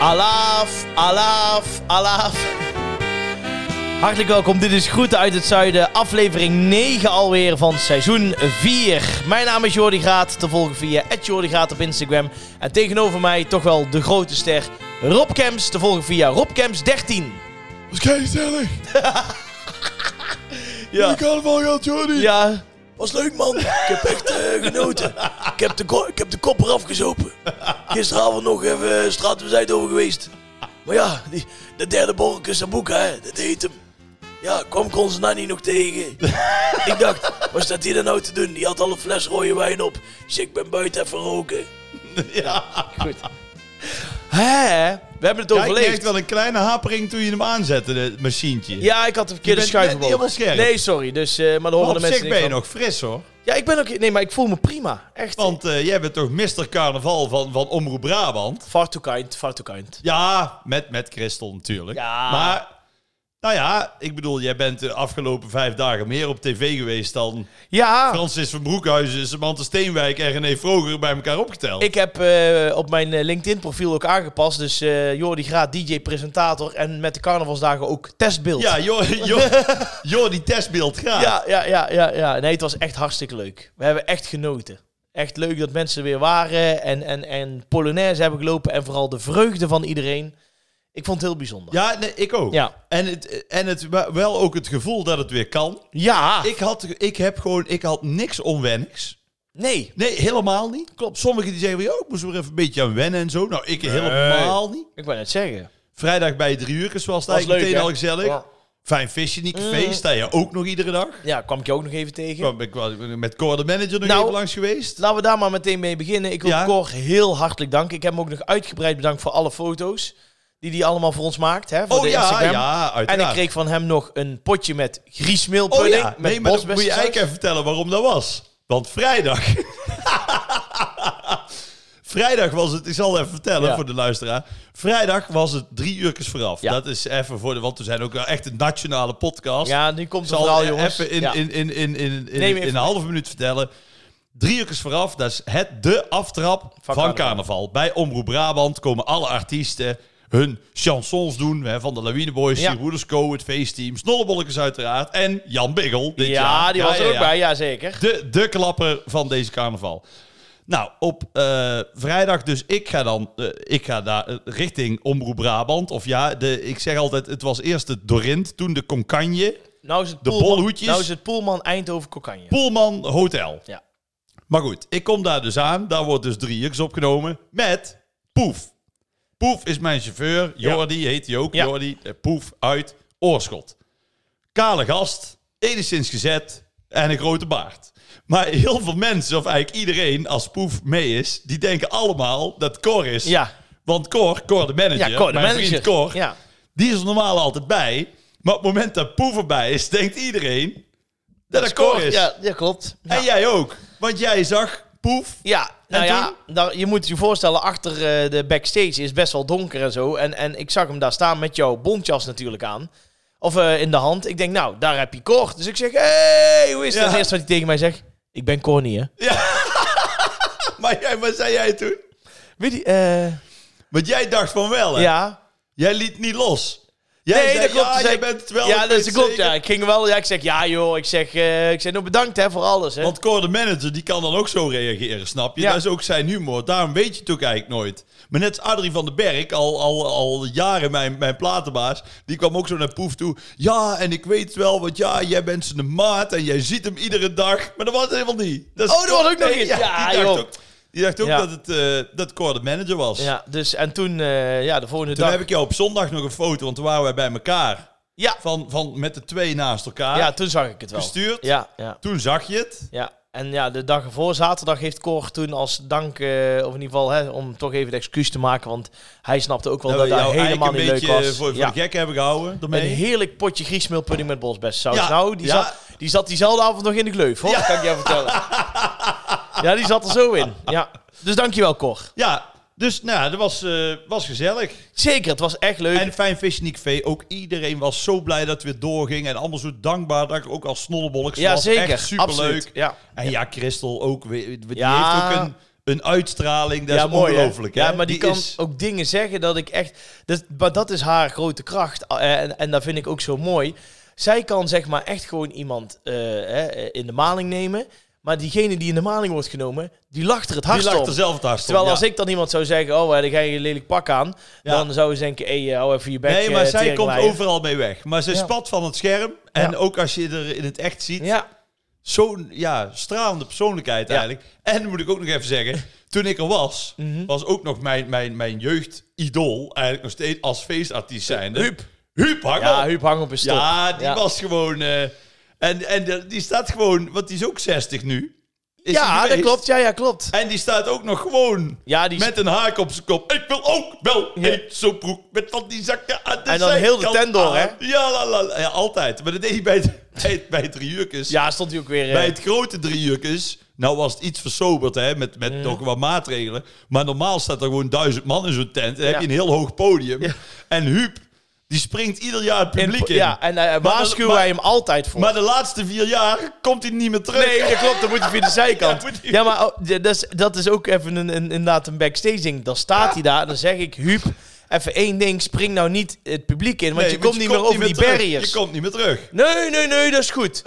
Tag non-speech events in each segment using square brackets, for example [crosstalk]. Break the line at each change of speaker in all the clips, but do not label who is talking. Alaaf, alaaf, alaaf. Hartelijk welkom, dit is Groeten uit het Zuiden, aflevering 9 alweer van seizoen 4. Mijn naam is Jordi Graat, te volgen via Jordi Graat op Instagram. En tegenover mij toch wel de grote ster Rob Kemps, te volgen via Rob Kemps 13.
Dat is keizellig.
Ja,
Ik had het wel gehad, Jordi.
ja,
Was leuk, man. Ik heb echt eh, genoten. Ik heb, de ko- ik heb de kop eraf gezopen. Gisteravond nog even eh, straat op Zuidover geweest. Maar ja, die, de derde borrelke Sambuca, hè, dat heet hem. Ja, kwam ik onze nanny nog tegen. ik dacht, wat staat die dan nou te doen? Die had al een fles rode wijn op. Dus ik ben buiten even roken.
ja. Goed. Hè, we hebben het
Ja, ik
overleefd.
merkte wel een kleine hapering toen je hem aanzette, het machientje.
Ja, ik had de verkeerde
Je bent net
schuif
helemaal scherp.
Nee, sorry. Dus, eh, maar dan
maar
horen
op
de mensen
zich
niks
ben je
van.
nog fris hoor.
Ja, ik ben ook... Nee, maar ik voel me prima. Echt.
Want eh, jij bent toch Mr. Carnaval van, van Omroep Brabant?
Far too kind, far too kind.
Ja, met, met Christel natuurlijk.
Ja.
Maar, nou ja, ik bedoel, jij bent de afgelopen vijf dagen meer op tv geweest dan
Ja,
Francis van Broekhuizen, Samantha Steenwijk en René Vroger bij elkaar opgeteld.
ik heb eh, op mijn eh, LinkedIn-profiel ook aangepast. Dus eh Jordi Graat, DJ-presentator en met de carnavalsdagen ook testbeeld.
Ja, joh,
[laughs]
joh, joh, die testbeeld gaat.
ja, ja, ja, ja, ja. Nee, het was echt hartstikke leuk. We hebben echt genoten. Echt leuk dat mensen weer waren en, en, en Polonaise hebben gelopen. En vooral de vreugde van iedereen. Ik vond het heel bijzonder.
Ja, nee, ik ook.
Ja.
En, het, en het, wel ook het gevoel dat het weer kan.
Ja.
Ik had, ik heb gewoon, ik had niks onwennigs.
Nee.
Nee, helemaal niet. Klopt. Sommigen die zeggen, van, "Yo, ik moest er even een beetje aan wennen en zo. Nou, ik helemaal niet.
Ik wou net zeggen.
Vrijdag bij drie uur was het
Was
eigenlijk
leuk,
meteen
hè?
al gezellig.
Ja.
Fijn visje in die café,
Mm.
sta je ook nog iedere dag.
Ja, kwam ik je ook nog even tegen.
Ik ben met Cor de manager nog
Nou,
even langs geweest.
Laten we daar maar meteen mee beginnen. Ik wil
Ja.
Cor heel hartelijk danken. Ik heb hem ook nog uitgebreid bedankt voor alle foto's die hij allemaal voor ons maakt. Hè, voor
Oh
de
ja,
Instagram.
ja,
En ik
uiteraard.
kreeg van hem nog een potje met
oh
griesmeelpudding.
ja,
met
nee, maar dan moet je
bosbessensaus.
eigenlijk even vertellen waarom dat was. Want
[laughs]
vrijdag... Vrijdag was het, ik zal het even vertellen
Ja.
voor de luisteraar. Vrijdag was het drie uurtjes vooraf.
Ja.
Dat is even voor de, want we zijn ook wel echt een nationale podcast.
Ja, nu komt
Ik
het
zal
verhaal,
e-
jongens.
even in,
Ja.
in, in, in, in, in,
Neem
in
even
een halve minuut vertellen. Drie uurtjes vooraf, dat is het de aftrap van,
carnaval.
carnaval. Bij Omroep Brabant komen alle artiesten hun chansons doen. Hè, van de Lawine Boys,
Ja.
ja. Co, het feestteam, Snollebolletjes uiteraard. En Jan Biggel dit jaar.
ja, die was er ook bij, ja zeker.
De, de klapper van deze carnaval. Nou, op eh, vrijdag dus, ik ga dan eh, ik ga daar eh, richting Omroep Brabant. Of ja, de, ik zeg altijd, het was eerst de Dorint, toen de Concanje.
Nou is het
De
Poelman,
bolhoedjes.
nou is het Poelman Eindhoven Kokanje.
Poelman Hotel.
Ja.
Maar goed, ik kom daar dus aan. Daar wordt dus drie uks opgenomen met Poef. Poef is mijn chauffeur. Jordi heet hij ook.
Ja.
Jordi eh, Poef uit Oorschot. Kale gast, enigszins gezet en een grote baard. Maar heel veel mensen, of eigenlijk iedereen, als Poef mee is, die denken allemaal dat Cor is.
Ja.
Want Cor, Cor de manager,
Ja, Cor, de
mijn
manager.
vriend Cor,
Ja.
die is er normaal altijd bij. Maar op het moment dat Poef erbij is, denkt iedereen dat dat, Cor, is.
Dus Ja, ja klopt. Ja.
En jij ook. Want jij zag, poef.
Ja, nou
En
ja, daar, je moet je voorstellen, achter eh, de backstage is best wel donker en zo. En, en ik zag hem daar staan met jouw bontjas natuurlijk aan. Of eh, in de hand. Ik denk, nou, daar heb je Cor. Dus ik zeg, hey, hoe is dat?
Ja.
Het eerste wat hij tegen mij zegt, ik ben Cor niet, hè?
[laughs] Maar jij, wat zei jij toen?
Weet je, eh,
Want jij dacht van wel, hè?
ja.
Jij liet niet los. Jij
nee,
zei,
dat klopt.
Ja,
Dus
jij
ik-
bent het wel. ik
Ja,
weet
dat
het
klopt.
zeker.
Ja, ik ging wel, ja, ik zeg, ja joh, ik zeg, eh, ik zeg, nou bedankt hè, voor alles. Hè.
Want Cor, de manager, die kan dan ook zo reageren, snap je?
Ja.
Dat is ook zijn humor. Daarom weet je het ook eigenlijk nooit. Maar net als Adrie van den Berg, al, al, al jaren mijn, mijn platenbaas, die kwam ook zo naar Poef toe. Ja, en ik weet het wel, want ja, jij bent zijn maat en jij ziet hem iedere dag. Maar dat was het helemaal niet. Dat is
Oh, dat was ook nog
Nee,
eens. Ja,
die
joh.
dacht ook, die dacht ook
Ja.
dat, het, eh, dat Cor de manager was.
ja, dus, en toen, eh, ja, de volgende
Toen
dag.
heb ik jou op zondag nog een foto, want toen waren wij bij elkaar.
Ja.
Van, van met de twee naast elkaar.
ja, toen zag ik het wel.
gestuurd.
Ja, ja.
Toen zag je het.
Ja, en ja, de dag ervoor, zaterdag, heeft Cor toen als dank, eh, of in ieder geval hè, om toch even het excuus te maken, want hij snapte ook wel dat,
we Nou, jou
dat helemaal
eigenlijk
niet
een
leuk
beetje eh,
was.
Voor, voor
ja.
de gek hebben gehouden.
Een
Daarmee.
heerlijk potje griesmeelpudding met bosbessensaus.
Ja,
nou, die,
ja.
zat, die zat diezelfde avond nog in de gleuf, hoor. Dat kan ik jou vertellen. ja, die zat er zo in. Ja. Dus dankjewel, Cor.
Ja, dus nou, ja, dat was, eh, was gezellig.
Zeker, het was echt leuk.
En fijn visje Nick V. Ook iedereen was zo blij dat het weer doorging. En allemaal zo dankbaar dat ik ook als snollebolk
ja,
was.
zeker.
Echt superleuk.
Absoluut. Ja.
En ja, Christel ook. weer- Die
Ja.
heeft ook een, een uitstraling, dat
ja,
is
mooi, hè?
ongelooflijk. hè?
Ja, maar die, kan
is-
ook dingen zeggen dat ik echt... Dat, maar dat is haar grote kracht. eh, En, en dat vind ik ook zo mooi. Zij kan zeg maar echt gewoon iemand eh, hè, eh, in de maling nemen. Maar diegene die in de maling wordt genomen, die lacht er het
die
hardst
lacht
om.
er zelf het hardst om,
Terwijl
ja.
als ik dan iemand zou zeggen, oh, eh, dan ga je een lelijk pak aan.
Ja.
Dan zou ze denken, hé, hey, hou even je bek,
Nee, maar
eh,
zij komt
teringleier.
overal mee weg. Maar ze
Ja.
spat van het scherm. En
Ja.
ook als je er in het echt ziet.
Ja,
Zo'n ja, stralende persoonlijkheid
Ja.
eigenlijk. En moet ik ook nog even
[laughs]
zeggen. Toen ik er was,
Mhm.
was ook nog mijn, mijn, mijn jeugdidool. Eigenlijk nog steeds als feestartiest zijnde.
Huub.
Huub, hang
ja
op.
Huub hang op een stok.
Ja, die
Ja.
was gewoon... eh, en, en de- die staat gewoon... Want die is ook 60 nu. Is hij
ja, dat
geweest.
klopt. Ja, ja, klopt.
En die staat ook nog gewoon...
Ja, die
Met een haak op zijn kop. Ik wil ook wel
Ja.
een zo'n broek met van die zakken aan de
En dan heel de
zijkant
tent door, hè?
aan. Ja, la, la, la. ja, altijd. Maar dat deed hij bij het, [laughs] bij het, bij het driehoekjes.
ja, stond hij ook weer... eh,
Bij het grote driehoekjes. Nou was het iets versoberd, hè, met, met nog wat maatregelen. Maar normaal staat er gewoon duizend man in zo'n tent. Dan heb
Ja.
je een heel hoog podium.
Ja.
En Huub, die springt ieder jaar het
in-
publiek in.
Ja, en daar waarschuwen
maar-
wij hem altijd voor.
Maar de laatste vier jaar komt hij niet meer terug.
Nee, dat klopt. Dan moet hij via de zijkant.
Ja, [laughs]
Ja,
moet hij-
maar oh, d- dat, is, dat is ook even een, een, inderdaad een backstage ding. Dan staat hij daar en dan zeg ik, Huub, even één ding. Spring nou niet het publiek in, want
Nee,
je komt niet meer over die
terug.
barriers.
Je komt niet meer terug.
Nee, nee, nee, dat is goed.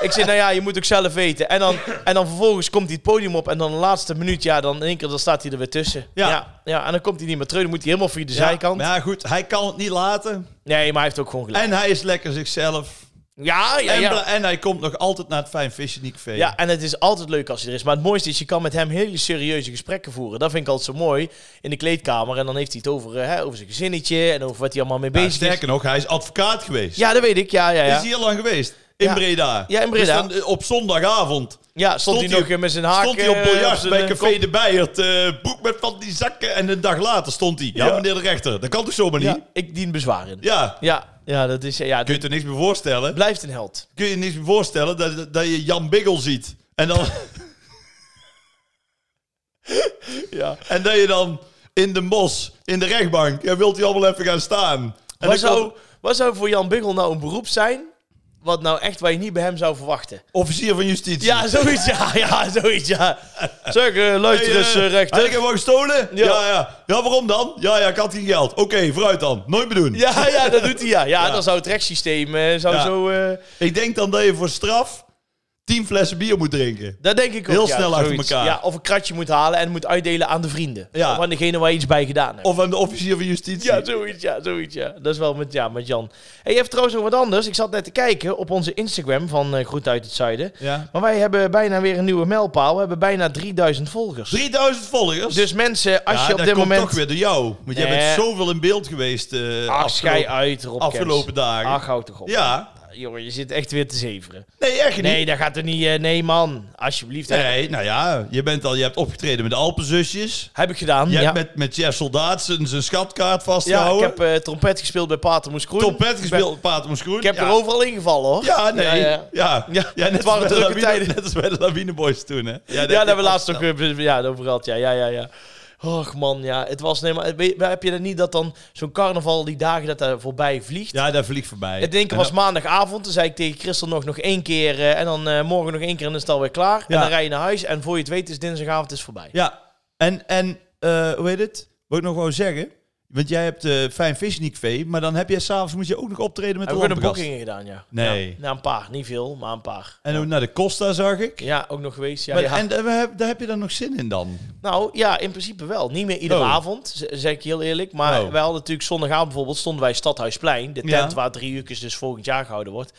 Ik zeg, nou ja, je moet ook zelf weten. En dan, en dan vervolgens komt hij het podium op en dan de laatste minuut, ja, dan in één keer dan staat hij er weer tussen.
Ja.
ja. ja, en dan komt hij niet meer terug. Dan moet hij helemaal via de
Ja,
zijkant.
Maar ja, goed, hij kan het niet laten.
Nee, maar hij heeft ook gewoon gelijk.
En hij is lekker zichzelf.
ja, ja,
en,
ja.
bla- en hij komt nog altijd naar het Fijn Fishing Café.
Ja, en het is altijd leuk als hij er is. Maar het mooiste is, je kan met hem hele serieuze gesprekken voeren. Dat vind ik altijd zo mooi in de kleedkamer. En dan heeft hij het over, eh, hè, over zijn gezinnetje en over wat hij allemaal mee
Ja,
bezig is.
sterker nog, hij is advocaat geweest.
Ja, dat weet ik. Ja, ja,
Is
ja.
hier lang geweest? In
Ja.
Breda.
Ja, in Breda.
Dus dan, eh, op zondagavond
Ja, stond,
stond
hij nog
hij-
eh, met zijn haak...
stond hij op
eh,
biljart
zijn,
bij
eh,
Café
kop.
de Bijert. eh boek met van die zakken. En een dag later stond hij. Ja,
Ja.
meneer de rechter. Dat kan toch zomaar niet?
Ja,
Ja.
ik dien bezwaar in.
ja.
Ja, ja, dat is... Ja,
Kun
dat
je er niks meer voorstellen?
blijft een held.
Kun je je niks meer voorstellen dat, dat je Jan Biggel ziet.
[laughs]
En dan... ja. En dat je dan in de mos, in de rechtbank, en wilt hij allemaal even gaan staan.
Wat
En dan
zou,
komt
wat zou voor Jan Biggel nou een beroep zijn... wat nou echt waar je niet bij hem zou verwachten?
officier van justitie.
Ja, zoiets, ja, ja, zoiets, ja. Zeg, eh,
Hey,
luister
eh,
eens, eh,
Heb ik
rechter.
hem wel gestolen? Ja.
Ja.
ja, ja. waarom dan? Ja, ja, ik had geen geld. Oké, vooruit dan. Nooit meer doen.
Ja, ja, dat doet hij, ja. Ja, dan zou het rechtssysteem eh, zou
Ja.
zo... eh,
Ik denk dan dat je voor straf tien flessen bier moet drinken.
Dat denk ik ook.
Heel
ja,
snel achter
zoiets.
elkaar.
Ja, of een kratje moet halen en moet uitdelen aan de vrienden.
Ja.
Of aan degene waar je iets bij gedaan hebt.
Of aan de officier van justitie.
ja, dus- zoiets, ja, zoiets, ja. Dat is wel met, ja, met Jan. En je hebt trouwens nog wat anders. Ik zat net te kijken op onze Instagram van eh Groet uit het Zuiden.
Ja.
Maar wij hebben bijna weer een nieuwe mijlpaal. We hebben bijna 3000 volgers.
3000 volgers.
Dus mensen, als
ja,
je op
dat
dit
komt
moment...
toch weer door jou. Want jij
Nee.
bent zoveel in beeld geweest eh
Ach, schei
afgelopen,
uit, Rob Kemps.
afgelopen dagen.
Ach, houd toch op.
ja.
Jongen, je zit echt weer te zeveren.
Nee, echt niet.
Nee, dat gaat er niet... eh, nee, man. Alsjeblieft. hè.
Nee, nou ja, je, bent al, je hebt opgetreden met de Alpenzusjes.
Heb ik gedaan.
Je
Ja,
hebt met, met Jeff Soldaat zijn zijn schatkaart
ja ik
vastgehouden.
heb eh, trompet gespeeld bij Pater Moes Kroen.
Trompet
Ik ben-
gespeeld, Pater Moes Groen.
Ik heb
ja.
er overal ingevallen hoor.
Ja, nee. Ja, ja.
ja.
net
het
als
waren
bij de
drukke
Lawine-
tijden.
Net als bij de Lawine Boys toen, hè?
Ja, dat hebben we laatst ook weer ja, over gehad. Ja, ja, ja, ja. Och man, ja. Het was nee, maar weet- heb je dat niet dat dan zo'n carnaval die dagen dat daar voorbij vliegt?
Ja, daar vliegt voorbij.
Het denken
En
was maandagavond, toen zei ik tegen Christel nog, nog één keer eh, en dan eh, morgen nog één keer en dan is het alweer klaar.
Ja.
En dan rij je naar huis en voor je het weet is dinsdagavond is voorbij.
Ja, en, en eh, hoe heet het? Wat ik nog wou zeggen. Want jij hebt eh Fijn Fishnik V, maar dan heb jij s'avonds moet je ook nog optreden met de
Hebben we een
Lampenkast.
boekingen gedaan, ja.
Nee.
Ja, nou, een paar. Niet veel, maar een paar.
En ook naar de Costa zag ik.
Ja, ook nog geweest. Ja,
Maar-
ja.
En daar heb, daar heb je dan nog zin in dan?
Nou ja, in principe wel. Niet meer iedere
Oh.
avond, z- zeg ik je heel eerlijk. Maar
Oh.
wij hadden natuurlijk zondagavond bijvoorbeeld stonden wij Stadhuisplein. De tent
Ja.
waar drie uur dus volgend jaar gehouden wordt.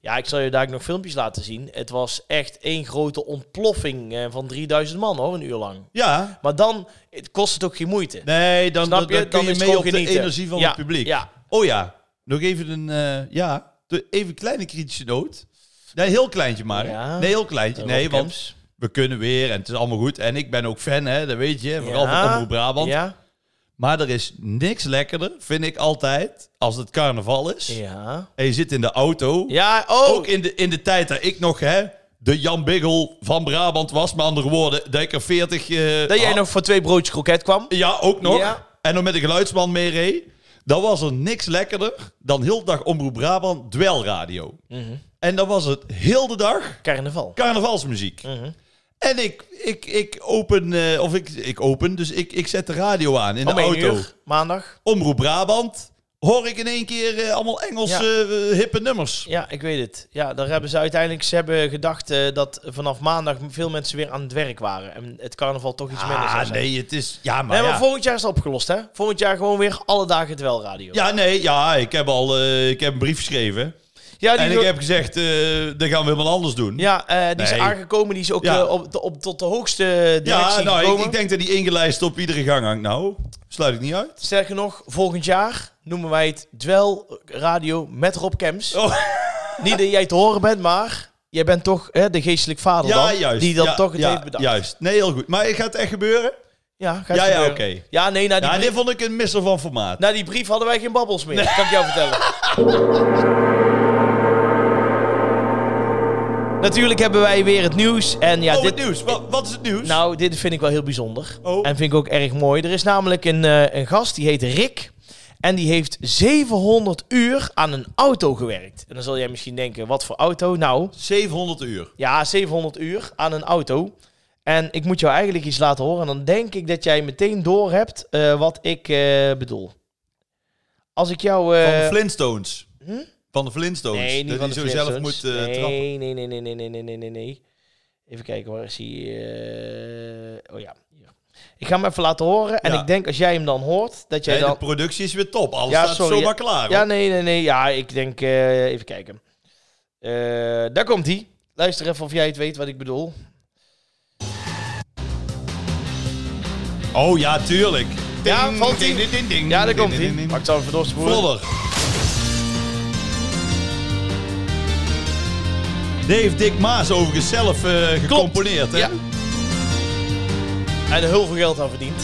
Ja, ik zal je daar ook nog filmpjes laten zien. Het was echt één grote ontploffing eh, van 3000 man hoor, een uur lang.
Ja.
Maar dan het kost het ook geen moeite.
Nee, dan,
Snap
dan,
je?
dan kun
Dan
je
is het
mee op
gewoon
de
genieten.
energie van
Ja,
het publiek.
ja.
Oh ja, nog even een, eh, ja, de- even een kleine kritische noot. Nee, heel kleintje maar. hè.
Ja.
Nee, heel kleintje.
Rob
Nee, want
Kemps.
we kunnen weer en het is allemaal goed. En ik ben ook fan, hè, dat weet je. Vooral van
Ja,
Omroep Brabant.
Ja.
Maar er is niks lekkerder, vind ik altijd, als het carnaval is.
Ja.
En je zit in de auto.
Ja, oh.
Ook in de, in de tijd dat ik nog, hè, de Jan Biggel van Brabant was. Met andere woorden, dat ik er 40... eh,
dat jij
had.
nog voor twee broodjes kroket kwam.
Ja, ook nog.
Ja.
En dan met de geluidsman mee reed. Dan was er niks lekkerder dan heel de dag Omroep Brabant
Mhm.
dwelradio. En dan was het heel de dag
Carnaval. Mhm.
carnavalsmuziek. En ik, ik, ik open, eh, of ik, ik open, dus ik, ik zet de radio aan in
Om
de
één
auto.
uur, maandag.
Omroep Brabant. Hoor ik in één keer eh, allemaal Engelse eh, hippe nummers.
Ja, ik weet het. Ja, daar hebben ze uiteindelijk ze hebben gedacht eh, dat vanaf maandag veel mensen weer aan het werk waren. En het carnaval toch iets minder zou
Ah,
zijn.
nee, het is... Ja, maar,
nee, maar
ja.
volgend jaar is het opgelost, hè? Volgend jaar gewoon weer alle dagen het wel radio.
ja, nee, ja, ik heb al eh, ik heb een brief geschreven.
Ja,
En
die,
ik heb gezegd, eh dat gaan we helemaal anders doen.
ja, eh, die
Nee.
is aangekomen. Die is ook
Ja.
eh, op, de- op, tot de hoogste directie
Ja, nou, ik,
gekomen.
ik denk dat die ingelijst op iedere gang hangt. Nou, sluit ik niet uit.
Sterker nog, volgend jaar noemen wij het Dwel Radio met Rob Kems.
Oh.
Niet dat jij te horen bent, maar jij bent toch hè, de geestelijk vader
[laughs] Ja,
dan,
juist.
die dan
Ja,
toch het
ja,
heeft bedacht.
Juist. Nee, heel goed. Maar gaat het echt gebeuren?
Ja, gaat
Ja, ja,
gebeuren.
oké.
Ja, nee, na die,
Ja,
brief, Nou,
dit vond ik een misser van formaat.
na die brief hadden wij geen babbels meer, kan ik jou vertellen. Natuurlijk hebben wij weer het nieuws. En ja,
oh,
dit,
het nieuws. Wat, wat is het nieuws?
Nou, dit vind ik wel heel bijzonder.
Oh.
En vind ik ook erg mooi. Er is namelijk een, eh, een gast, die heet Rick. En die heeft 700 uur aan een auto gewerkt. En dan zal jij misschien denken, wat voor auto? Nou,
700 uur.
ja, 700 uur aan een auto. En ik moet jou eigenlijk iets laten horen. En dan denk ik dat jij meteen door hebt wat ik eh, bedoel. Als ik jou... eh, Hm?
Van de Flintstones. Van de Flintstones.
Nee, niet
dat
van
hij
de
zo zelf
Flintstones.
moet eh, trappen.
nee, nee, nee, nee, nee, nee, nee, nee, nee, nee. Even kijken, waar is hij? eh, oh ja, hier. Ik ga hem even laten horen. En
Ja.
ik denk als jij hem dan hoort, dat jij
Nee,
dan...
de productie is weer top. Alles
Ja,
staat
sorry,
zomaar klaar.
Ja,
hoor.
nee, nee, nee. Ja, ik denk... eh, even kijken. Eh, daar komt hij. Luister even of jij het weet wat ik bedoel.
Oh ja, tuurlijk.
Ja, valt ie.
ding, ding, ding,
Ja, daar
ding,
komt
ding,
hij.
ding,
Pak
ding.
het even door te spoelen.
Vlodder. Nee, heeft Dick Maas overigens zelf eh, gecomponeerd, hè?
Ja. En er heel veel geld aan verdiend.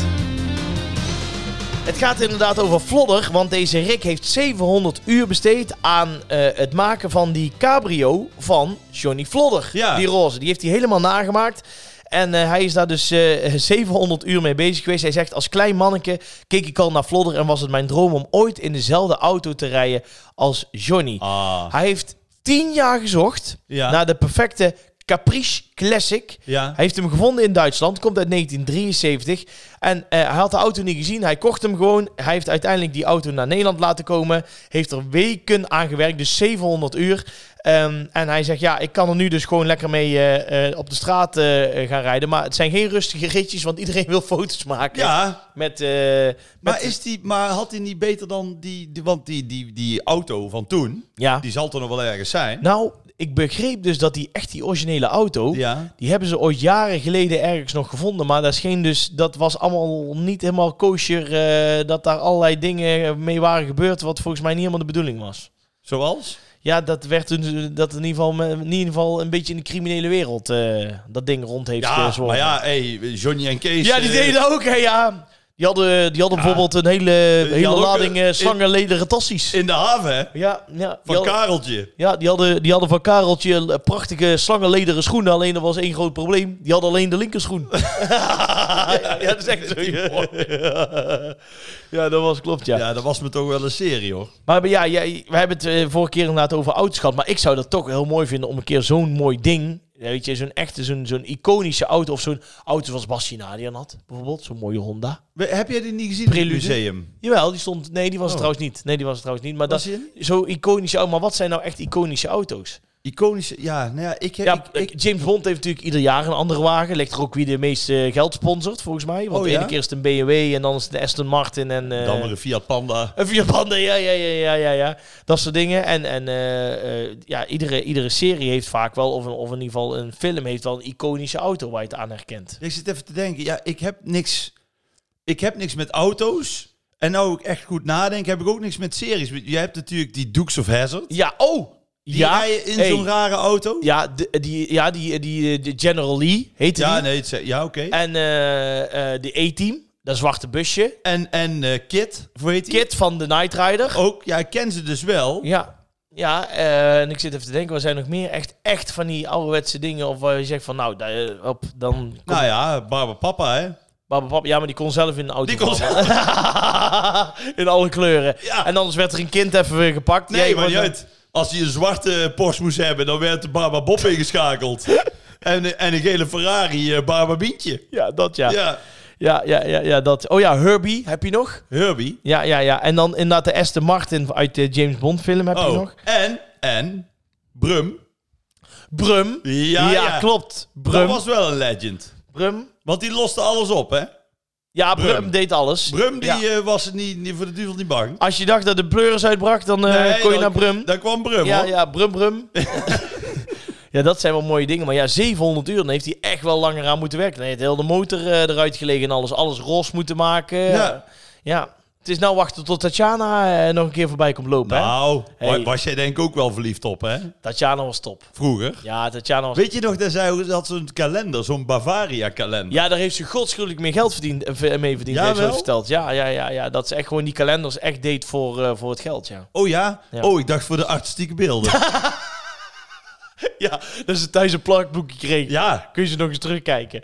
Het gaat inderdaad over Flodder, want deze Rick heeft 700 uur besteed aan eh, het maken van die cabrio van Johnny Flodder.
Ja.
Die roze, die heeft hij helemaal nagemaakt. En eh, hij is daar dus eh, [laughs] 700 uur mee bezig geweest. Hij zegt, als klein manneke keek ik al naar Flodder en was het mijn droom om ooit in dezelfde auto te rijden als Johnny.
Ah,
Hij heeft 10 jaar gezocht
Ja.
naar de perfecte Caprice Classic.
ja.
Hij heeft hem gevonden in Duitsland, komt uit 1973. En eh, hij had de auto niet gezien, hij kocht hem gewoon. Hij heeft uiteindelijk die auto naar Nederland laten komen. Heeft er weken aan gewerkt, dus 700 uur. Ehm, en hij zegt, ja, ik kan er nu dus gewoon lekker mee eh, eh, op de straat eh, eh, gaan rijden. Maar het zijn geen rustige ritjes, want iedereen wil foto's maken.
Ja,
Met, eh, met-
Maar, is die, maar had hij niet beter dan die... die- want die, die, die auto van toen,
ja.
die zal toch nog wel ergens zijn?
Nou, ik begreep dus dat die echt die originele auto...
Ja.
Die hebben ze ooit jaren geleden ergens nog gevonden. Maar dat, scheen dus, dat was allemaal niet helemaal kosher. eh, dat daar allerlei dingen mee waren gebeurd. Wat volgens mij niet helemaal de bedoeling was.
Zoals?
Ja, dat werd toen dat in ieder geval, me- in ieder geval een beetje in de criminele wereld. eh, dat ding rond heeft
Ja,
gezworven.
maar ja, hey, Johnny en Kees...
Ja, die
eh,
deden dat ook, hè, ja. Die hadden, die hadden bijvoorbeeld een hele, hele
hadden ook,
lading
eh,
eh, slange lederen tassies.
In de haven, hè?
Ja, ja. die
Van
hadden-
[laughs] Kareltje.
Ja, die hadden, die hadden van Kareltje eh, prachtige slangenlederen schoenen. Alleen er was één groot probleem. Die hadden alleen de linkerschoen. ja, dat is echt zo. Ja, dat was klopt, ja.
Ja, dat was me toch wel een serie, hoor.
Maar ja, ja, we hebben het eh, vorige keer inderdaad over auto's gehad. Maar ik zou dat toch heel mooi vinden om een keer zo'n mooi ding... ja, Weet je, zo'n echte, zo'n zo'n iconische auto of zo'n auto zoals Basti Nadian had, bijvoorbeeld. Zo'n mooie Honda.
We- Heb jij die niet gezien in het
Prelude?
museum?
Jawel, die stond... Nee, die was het
Oh.
trouwens niet. Nee, die was het trouwens niet. Maar
Was
dat,
die er
zo'n iconische auto. Maar wat zijn nou echt iconische auto's?
Iconische... Ja, nou ja, ik heb...
Ja,
ik, ik-
James Bond heeft natuurlijk ieder jaar een andere wagen. Ligt er ook wie de meeste eh, geld sponsort, volgens mij. Want
Oh,
de
ja?
ene keer is het een BMW en dan is het een Aston Martin en... eh
dan maar de Fiat Panda.
een Fiat Panda, ja, ja, ja, ja, ja, ja. Dat soort dingen. En, en eh, eh, ja, iedere, iedere serie heeft vaak wel, of, een, of in ieder geval een film heeft wel een iconische auto waar je het aan herkent.
Ik zit even te denken. Ja, ik heb niks... Ik heb niks met auto's. En nou ik echt goed nadenk, heb ik ook niks met series. Je hebt natuurlijk die Dukes of Hazzard.
Ja, oh!
Die
ja,
rijden in
hey.
zo'n rare auto.
Ja, de- die, ja die, eh, die, die General Lee heette
Ja,
die.
nee, het zei- ja, oké.
En eh, eh, de A-Team, dat zwarte busje.
En, en eh Kit, hoe heet die? Oh.
Kid van de Knight Rider.
Ook, ja, ik ken ze dus wel.
Ja, ja eh, en ik zit even te denken, wat zijn nog meer echt, echt van die ouderwetse dingen? Of waar je zegt van, nou, daar, eh, op, dan... komt
Nou ja, Barbara Papa, hè.
Baba Pap, ja, maar die kon zelf in de auto.
Die kon
vallen. [laughs] in alle kleuren.
Ja.
En anders werd er een kind even weer gepakt.
Nee,
Jij
maar niet
wordt- [laughs]
uit. Als hij een zwarte Porsche moest hebben, dan werd de Barbara Bob ingeschakeld. en, en een gele Ferrari eh Barbabientje.
Ja, dat ja. ja.
Ja,
Ja, ja, ja, dat. Oh ja, Herbie heb je nog?
Herbie.
Ja, ja, ja. En dan inderdaad de Aston Martin uit de James Bond film heb je
Oh,
nog.
en, en, Brum.
Brum.
Ja, ja.
klopt. Brum.
Dat was wel een legend.
Brum.
Want die loste alles op, hè?
Ja, Brum,
Brum.
deed alles.
Brum die
Ja.
eh, was niet, niet voor de duivel niet bang.
Als je dacht dat de pleuris uitbrak, dan eh,
Nee,
kon je
dan-
naar Brum.
Daar kwam Brum,
Ja,
hoor.
ja, Brum Brum. ja, dat zijn wel mooie dingen. Maar ja, 700 uur, dan heeft hij echt wel langer aan moeten werken. Dan heeft heel de motor eh, eruit gelegen en alles. Alles ros moeten maken.
Ja.
Ja. Het is nou wachten tot Tatjana eh, nog een keer voorbij komt lopen, hè?
Nou, wa-
Hey.
was jij denk ik ook wel verliefd op, hè?
Tatjana was top.
Vroeger.
Ja, Tatjana was...
Weet je nog, daar zei, had zo'n kalender, zo'n Bavaria-kalender.
Ja, daar heeft ze godschuwelijk meer geld verdiend, eh, v- mee verdiend,
Ja,
heeft ze
wel?
ooit verteld. Ja, ja, ja, ja, dat ze echt gewoon die kalenders echt deed voor, eh, voor het geld, ja.
Oh ja?
Ja.
Oh, ik dacht voor de artistieke
[laughs]
beelden.
Ja, dat ze thuis een plakboekje kreeg.
ja.
Kun je ze nog eens terugkijken?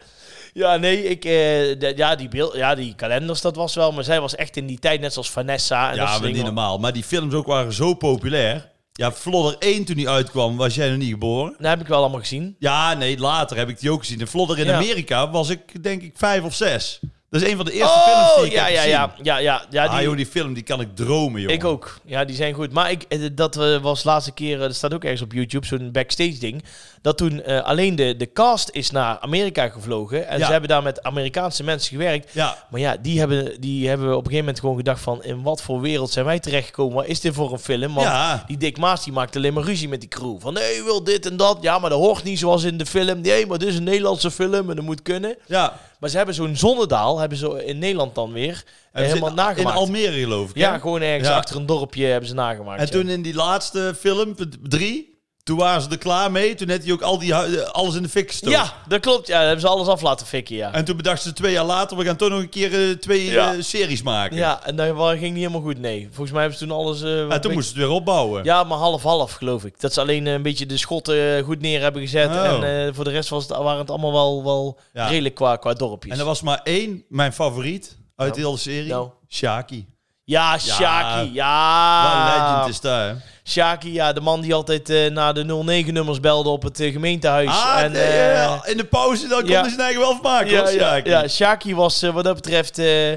Ja, nee, ik, eh, d- ja, die beeld, ja, die kalenders, dat was wel. Maar zij was echt in die tijd, net zoals Vanessa. En dat
Ja,
soort
maar niet
dingen.
normaal. Maar die films ook waren zo populair. Ja, Flodder 1 toen die uitkwam, was jij nog niet geboren.
Dat heb ik wel allemaal gezien.
Ja, nee, later heb ik die ook gezien. De Flodder in
Ja.
Amerika was ik denk ik vijf of zes. Dat is een van de eerste films die
oh,
ik
ja,
heb
ja,
gezien.
ja, ja, ja, ja.
Ah,
die-
joh, die film die kan ik dromen, joh.
ik ook. Ja, die zijn goed. Maar ik, eh, dat eh, was laatste keer, eh, dat staat ook ergens op YouTube, zo'n backstage ding. Dat toen eh, alleen de, de cast is naar Amerika gevlogen. En
Ja.
ze hebben daar met Amerikaanse mensen gewerkt.
Ja.
Maar ja, die hebben, die hebben we op een gegeven moment gewoon gedacht van... in wat voor wereld zijn wij terechtgekomen? Wat is dit voor een film? Want
Ja.
die Dick Maas die maakt alleen maar ruzie met die crew. Van nee, je wil dit en dat. Ja, maar dat hoort niet zoals in de film. Nee, maar dit is een Nederlandse film en dat moet kunnen.
Ja.
Maar ze hebben zo'n zonnedaal, hebben ze in Nederland dan weer... eh,
Hebben ze
helemaal
in,
nagemaakt.
In Almere, geloof ik. hè?
ja, gewoon ergens
Ja.
achter een dorpje hebben ze nagemaakt.
En
ja.
toen in die laatste film, p- drie, toen waren ze er klaar mee. Toen had hij ook al die, hu- eh, alles in de fik gestoken.
Ja, dat klopt. Ja, dat hebben ze alles af laten fikken, ja.
En toen bedachten ze twee jaar later, we gaan toch nog een keer eh, twee
Ja.
eh, series maken.
Ja, en dat wa- ging niet helemaal goed, nee. Volgens mij hebben ze toen alles... eh,
En toen
een
moesten ze het weer opbouwen.
Ja, maar half-half geloof ik. Dat ze alleen eh, een beetje de schotten eh, goed neer hebben gezet.
Oh.
En eh, voor de rest was het, waren het allemaal wel, wel
Ja.
redelijk qua, qua dorpjes.
En er was maar één, mijn favoriet, uit de hele serie.
Nou. Ah.
Shaki.
Ja, Shaki. Ja.
Wat een legend is daar, hè?
Shaki, ja, de man die altijd eh, naar de 09-nummers belde op het eh, gemeentehuis.
Ah,
en,
nee,
eh,
ja, in de pauze, dan
ja.
konden ze het eigenlijk wel maken,
ja,
hoor,
ja,
Shaki.
ja, Shaki was eh, wat dat betreft... eh,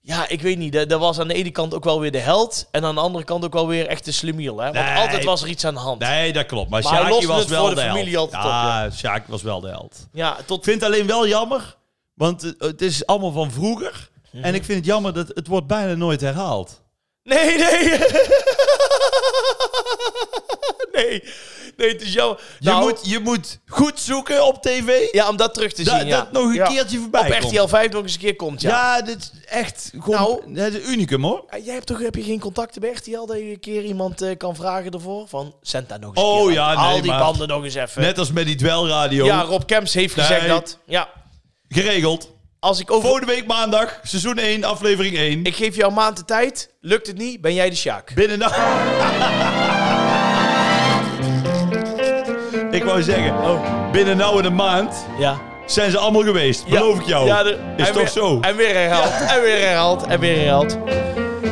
ja, ik weet niet. Dat, dat was aan de ene kant ook wel weer de held. En aan de andere kant ook wel weer echt de slemiel. Hè? Want
Nee.
altijd was er iets aan de hand.
Nee, dat klopt. Maar,
Maar hij
Shaki
loste
was
het
wel
voor de
de held.
familie altijd op,
ja,
ja.
Shaki was wel de held.
Ja,
Ik
tot...
vind het alleen wel jammer, want eh, het is allemaal van vroeger.
Mhm.
En ik vind het jammer dat het wordt bijna nooit herhaald.
Nee, nee. [laughs] nee. Nee, het is Nou, jouw...
Je, moet, je moet goed zoeken op tv,
Ja, om dat terug te
da-
zien, ja.
dat nog een
Ja.
keertje
Op
voorbij komt.
RTL 5 nog eens een keer komt, ja.
Ja, dit is echt gewoon
Nou.
het is een unicum hoor.
Ja, Jij hebt toch heb je geen contacten bij RTL dat je een keer iemand eh, kan vragen ervoor? Van, zend daar nog eens een
Oh,
keer
ja,
aan.
nee,
Haal die
maar-
banden nog eens even.
Net als met die dwelradio.
ja, Rob Kemps heeft gezegd
Nee.
dat. Ja,
Geregeld.
als ik over...
Volgende week maandag, seizoen 1, aflevering 1.
Ik geef jou een maand de tijd. Lukt het niet, ben jij de Sjaak.
Binnen de... [laughs] ik wou zeggen,
Oh,
binnen nou en een maand
ja.
zijn ze allemaal geweest. Beloof ik jou.
Ja, de- en
is toch
weer-
zo?
En weer herhaald, en weer herhaald, en weer herhaald.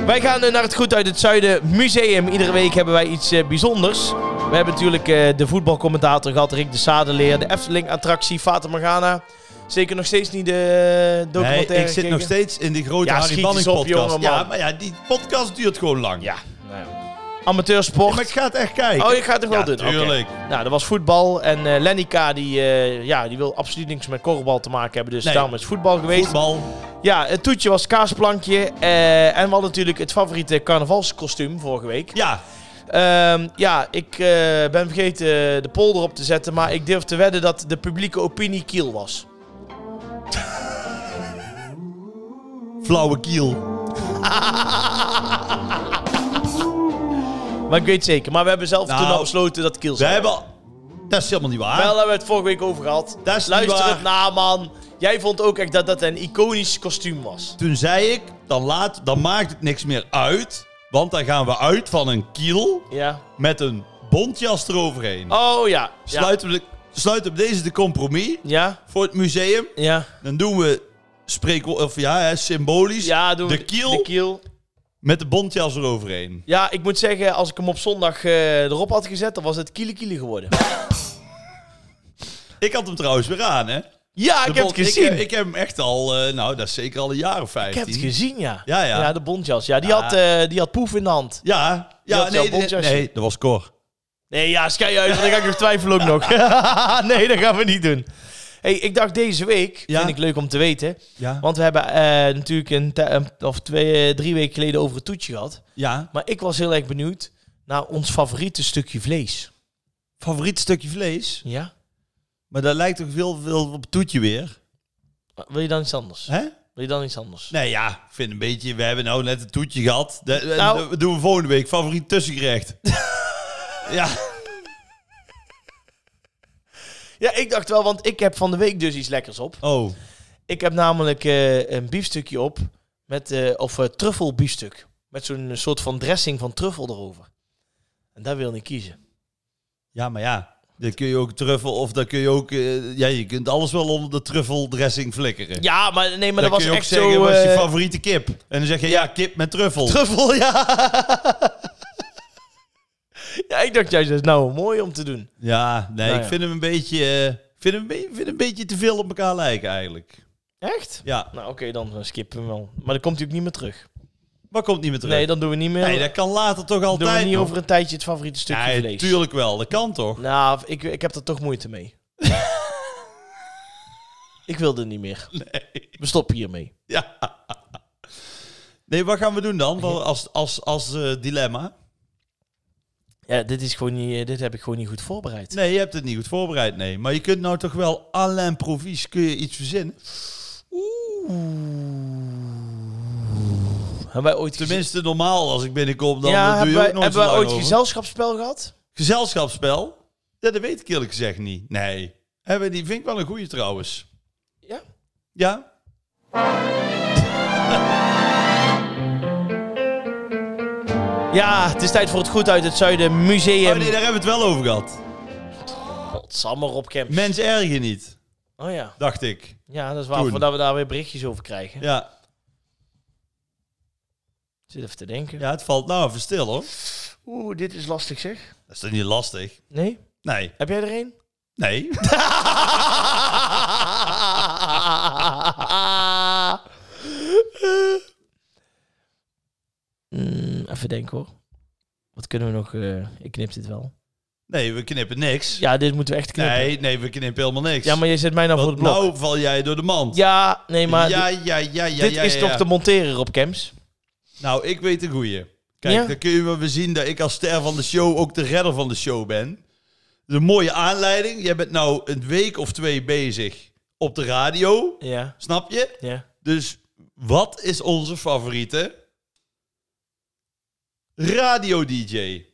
Wij gaan eh, naar het Goed uit het Zuiden Museum. Iedere week hebben wij iets eh, bijzonders. We hebben natuurlijk eh, de voetbalcommentator gehad, Rick de Sadeleer. De Efteling-attractie, Fata Morgana. Zeker nog steeds niet de eh,
Nee,
documentaire
ik zit
gekeken.
nog steeds in die grote
Ja,
Harry
schiet
Banning
eens op,
podcast.
jongeman.
ja, maar ja, die podcast duurt gewoon lang.
Ja, nou ja. Amateursport.
Maar ik ga het echt kijken.
Oh, je gaat het wel
Ja,
doen. Oké.
tuurlijk.
Nou, dat was voetbal. En eh, Lenny K, die, eh, ja, die wil absoluut niks met korfbal te maken hebben. Dus
Nee.
daarom is het voetbal geweest.
Voetbal.
Ja, het toetje was kaasplankje. eh, en we hadden natuurlijk het favoriete carnavalskostuum vorige week.
Ja,
Ehm, ja, ik eh, ben vergeten eh, de polder op te zetten. Maar ik durf te wedden dat de publieke opinie kiel was.
flauwe kiel.
Maar ik weet het zeker. Maar we hebben zelf
Nou,
toen al besloten dat het kiel
We
zou
hebben... Dat is helemaal niet waar.
Wel, daar hebben we het vorige week over gehad.
Dat is niet
Luister
waar.
het nou. na, man. Jij vond ook echt dat dat een iconisch kostuum was.
Toen zei ik, dan, laat, dan maakt het niks meer uit. Want dan gaan we uit van een kiel
Ja.
met een bontjas eroverheen.
Oh ja. Ja.
Sluiten, we de, sluiten we deze de compromis
Ja.
voor het museum.
Ja.
Dan doen we spreek, of ja, hè, symbolisch
Ja, doen we
de kiel
De kiel.
met de bontjas eroverheen.
Ja, ik moet zeggen, als ik hem op zondag eh, erop had gezet, dan was het kiele kiele geworden.
Ik had hem trouwens weer aan, hè?
Ja, ik
De
heb
bond-
het gezien.
Ik, ik heb hem echt al, eh, nou, dat is zeker al een jaar of
Ik
vijftien.
heb het gezien, ja.
Ja, ja.
de bondjas. Ja, die,
Ja.
Had, eh, die had poef in de hand.
Ja,
had
ja
jouw
nee, nee,
bondjasje.
nee, dat was Cor.
Nee, ja, schei uit, want dan ga ik nog twijfelen ook [laughs] nog. nee, dat gaan we niet doen. Hey, ik dacht deze week,
Ja?
vind ik leuk om te weten.
Ja.
Want we hebben eh, natuurlijk een ti- een- of twee, eh, drie weken geleden over het toetje gehad.
ja.
Maar ik was heel erg benieuwd naar ons favoriete stukje vlees.
Favoriet stukje vlees.
Ja?
Maar dat lijkt toch veel, veel op toetje weer.
Wil je dan iets anders?
Hè?
Wil je dan iets anders?
Nee, ja, ik vind een beetje... We hebben nou net een toetje gehad. Dat, dat-
Nou.
dat doen we volgende week.
[laughs]
Favoriet tussengerecht. ja.
Ja, ik dacht wel, want ik heb van de week dus iets lekkers op.
Oh.
Ik heb namelijk eh, een biefstukje op, met, eh, of eh truffelbiefstuk. Met zo'n soort van dressing van truffel erover. En daar wil ik kiezen.
Ja, maar ja. Dan kun je ook truffel of dan kun je ook... eh, ja, je kunt alles wel onder de truffeldressing flikkeren.
Ja, maar nee, maar dat
dan
was
kun je ook
echt
zeggen,
zo...
wat is je
eh,
favoriete kip? En dan zeg je, ja, kip met truffel.
Truffel, ja. [laughs] ja, ik dacht juist, dat is nou mooi om te doen.
ja, nee,
Nou
ik
ja.
vind hem een beetje... eh, ik vind hem, een be- ik vind hem een beetje te veel op elkaar lijken eigenlijk.
Echt?
Ja,
Nou, oké, dan eh, skippen we hem wel. Maar dan komt hij ook niet meer terug.
maar komt niet meer terug.
Nee, dan doen we niet meer.
Nee, dat kan later toch
doen we
altijd
niet
nog.
over een tijdje het favoriete stukje
Ja,
vlees.
tuurlijk wel. Dat kan toch?
Nou, ik, ik heb er toch moeite [laughs] mee. ik wil dit niet meer.
Nee.
We stoppen hiermee.
Ja. Nee, wat gaan we doen dan Wel als, als, als eh, dilemma?
Ja, dit, is gewoon niet, eh, dit heb ik gewoon niet goed voorbereid.
Nee, je hebt het niet goed voorbereid, nee. Maar je kunt nou toch wel à l'improvise kun je iets verzinnen?
Hebben wij ooit, geze-
Tenminste, normaal als ik binnenkom, dan
ja,
eh, doe
hebben
je
wij,
ook nooit
hebben wij
zo lang
ooit
over.
gezelschapsspel gehad?
Gezelschapsspel? Ja, dat weet ik eerlijk gezegd niet. Nee. Hebben die vind ik wel een goeie trouwens.
Ja.
Ja?
Ja, het is tijd voor het Goed uit het Zuiden Museum.
Oh nee, daar hebben we het wel over gehad.
Godsamme Rob Kemp.
Mens erg je niet,
Oh ja.
dacht ik.
Ja, dat is
Toen.
waar dat we daar weer berichtjes over krijgen.
Ja,
Ik Zit even te denken.
ja het valt nou even stil hoor.
Oeh, dit is lastig zeg.
Dat is toch niet lastig?
Nee?
Nee.
Heb jij er een?
Nee. [laughs]
Mm, even denken hoor. Wat kunnen we nog... eh, ik knip dit wel.
Nee, we knippen niks.
Ja, dit moeten we echt knippen.
Nee, nee, we knippen helemaal niks.
Ja, maar je zet mij nou voor
Want
het blok.
nou val jij door de mand.
Ja, nee, maar...
ja,
dit-
ja, ja, ja,
dit
ja,
is
ja,
toch
ja.
te monteren, Rob Kems?
Nou, ik weet een goeie. Kijk,
Ja.
dan kun je wel weer zien dat ik als ster van de show ook de redder van de show ben. Dat is een mooie aanleiding. Jij bent nou een week of twee bezig op de radio.
Ja,
Snap je?
ja.
Dus wat is onze favoriete radio-dj?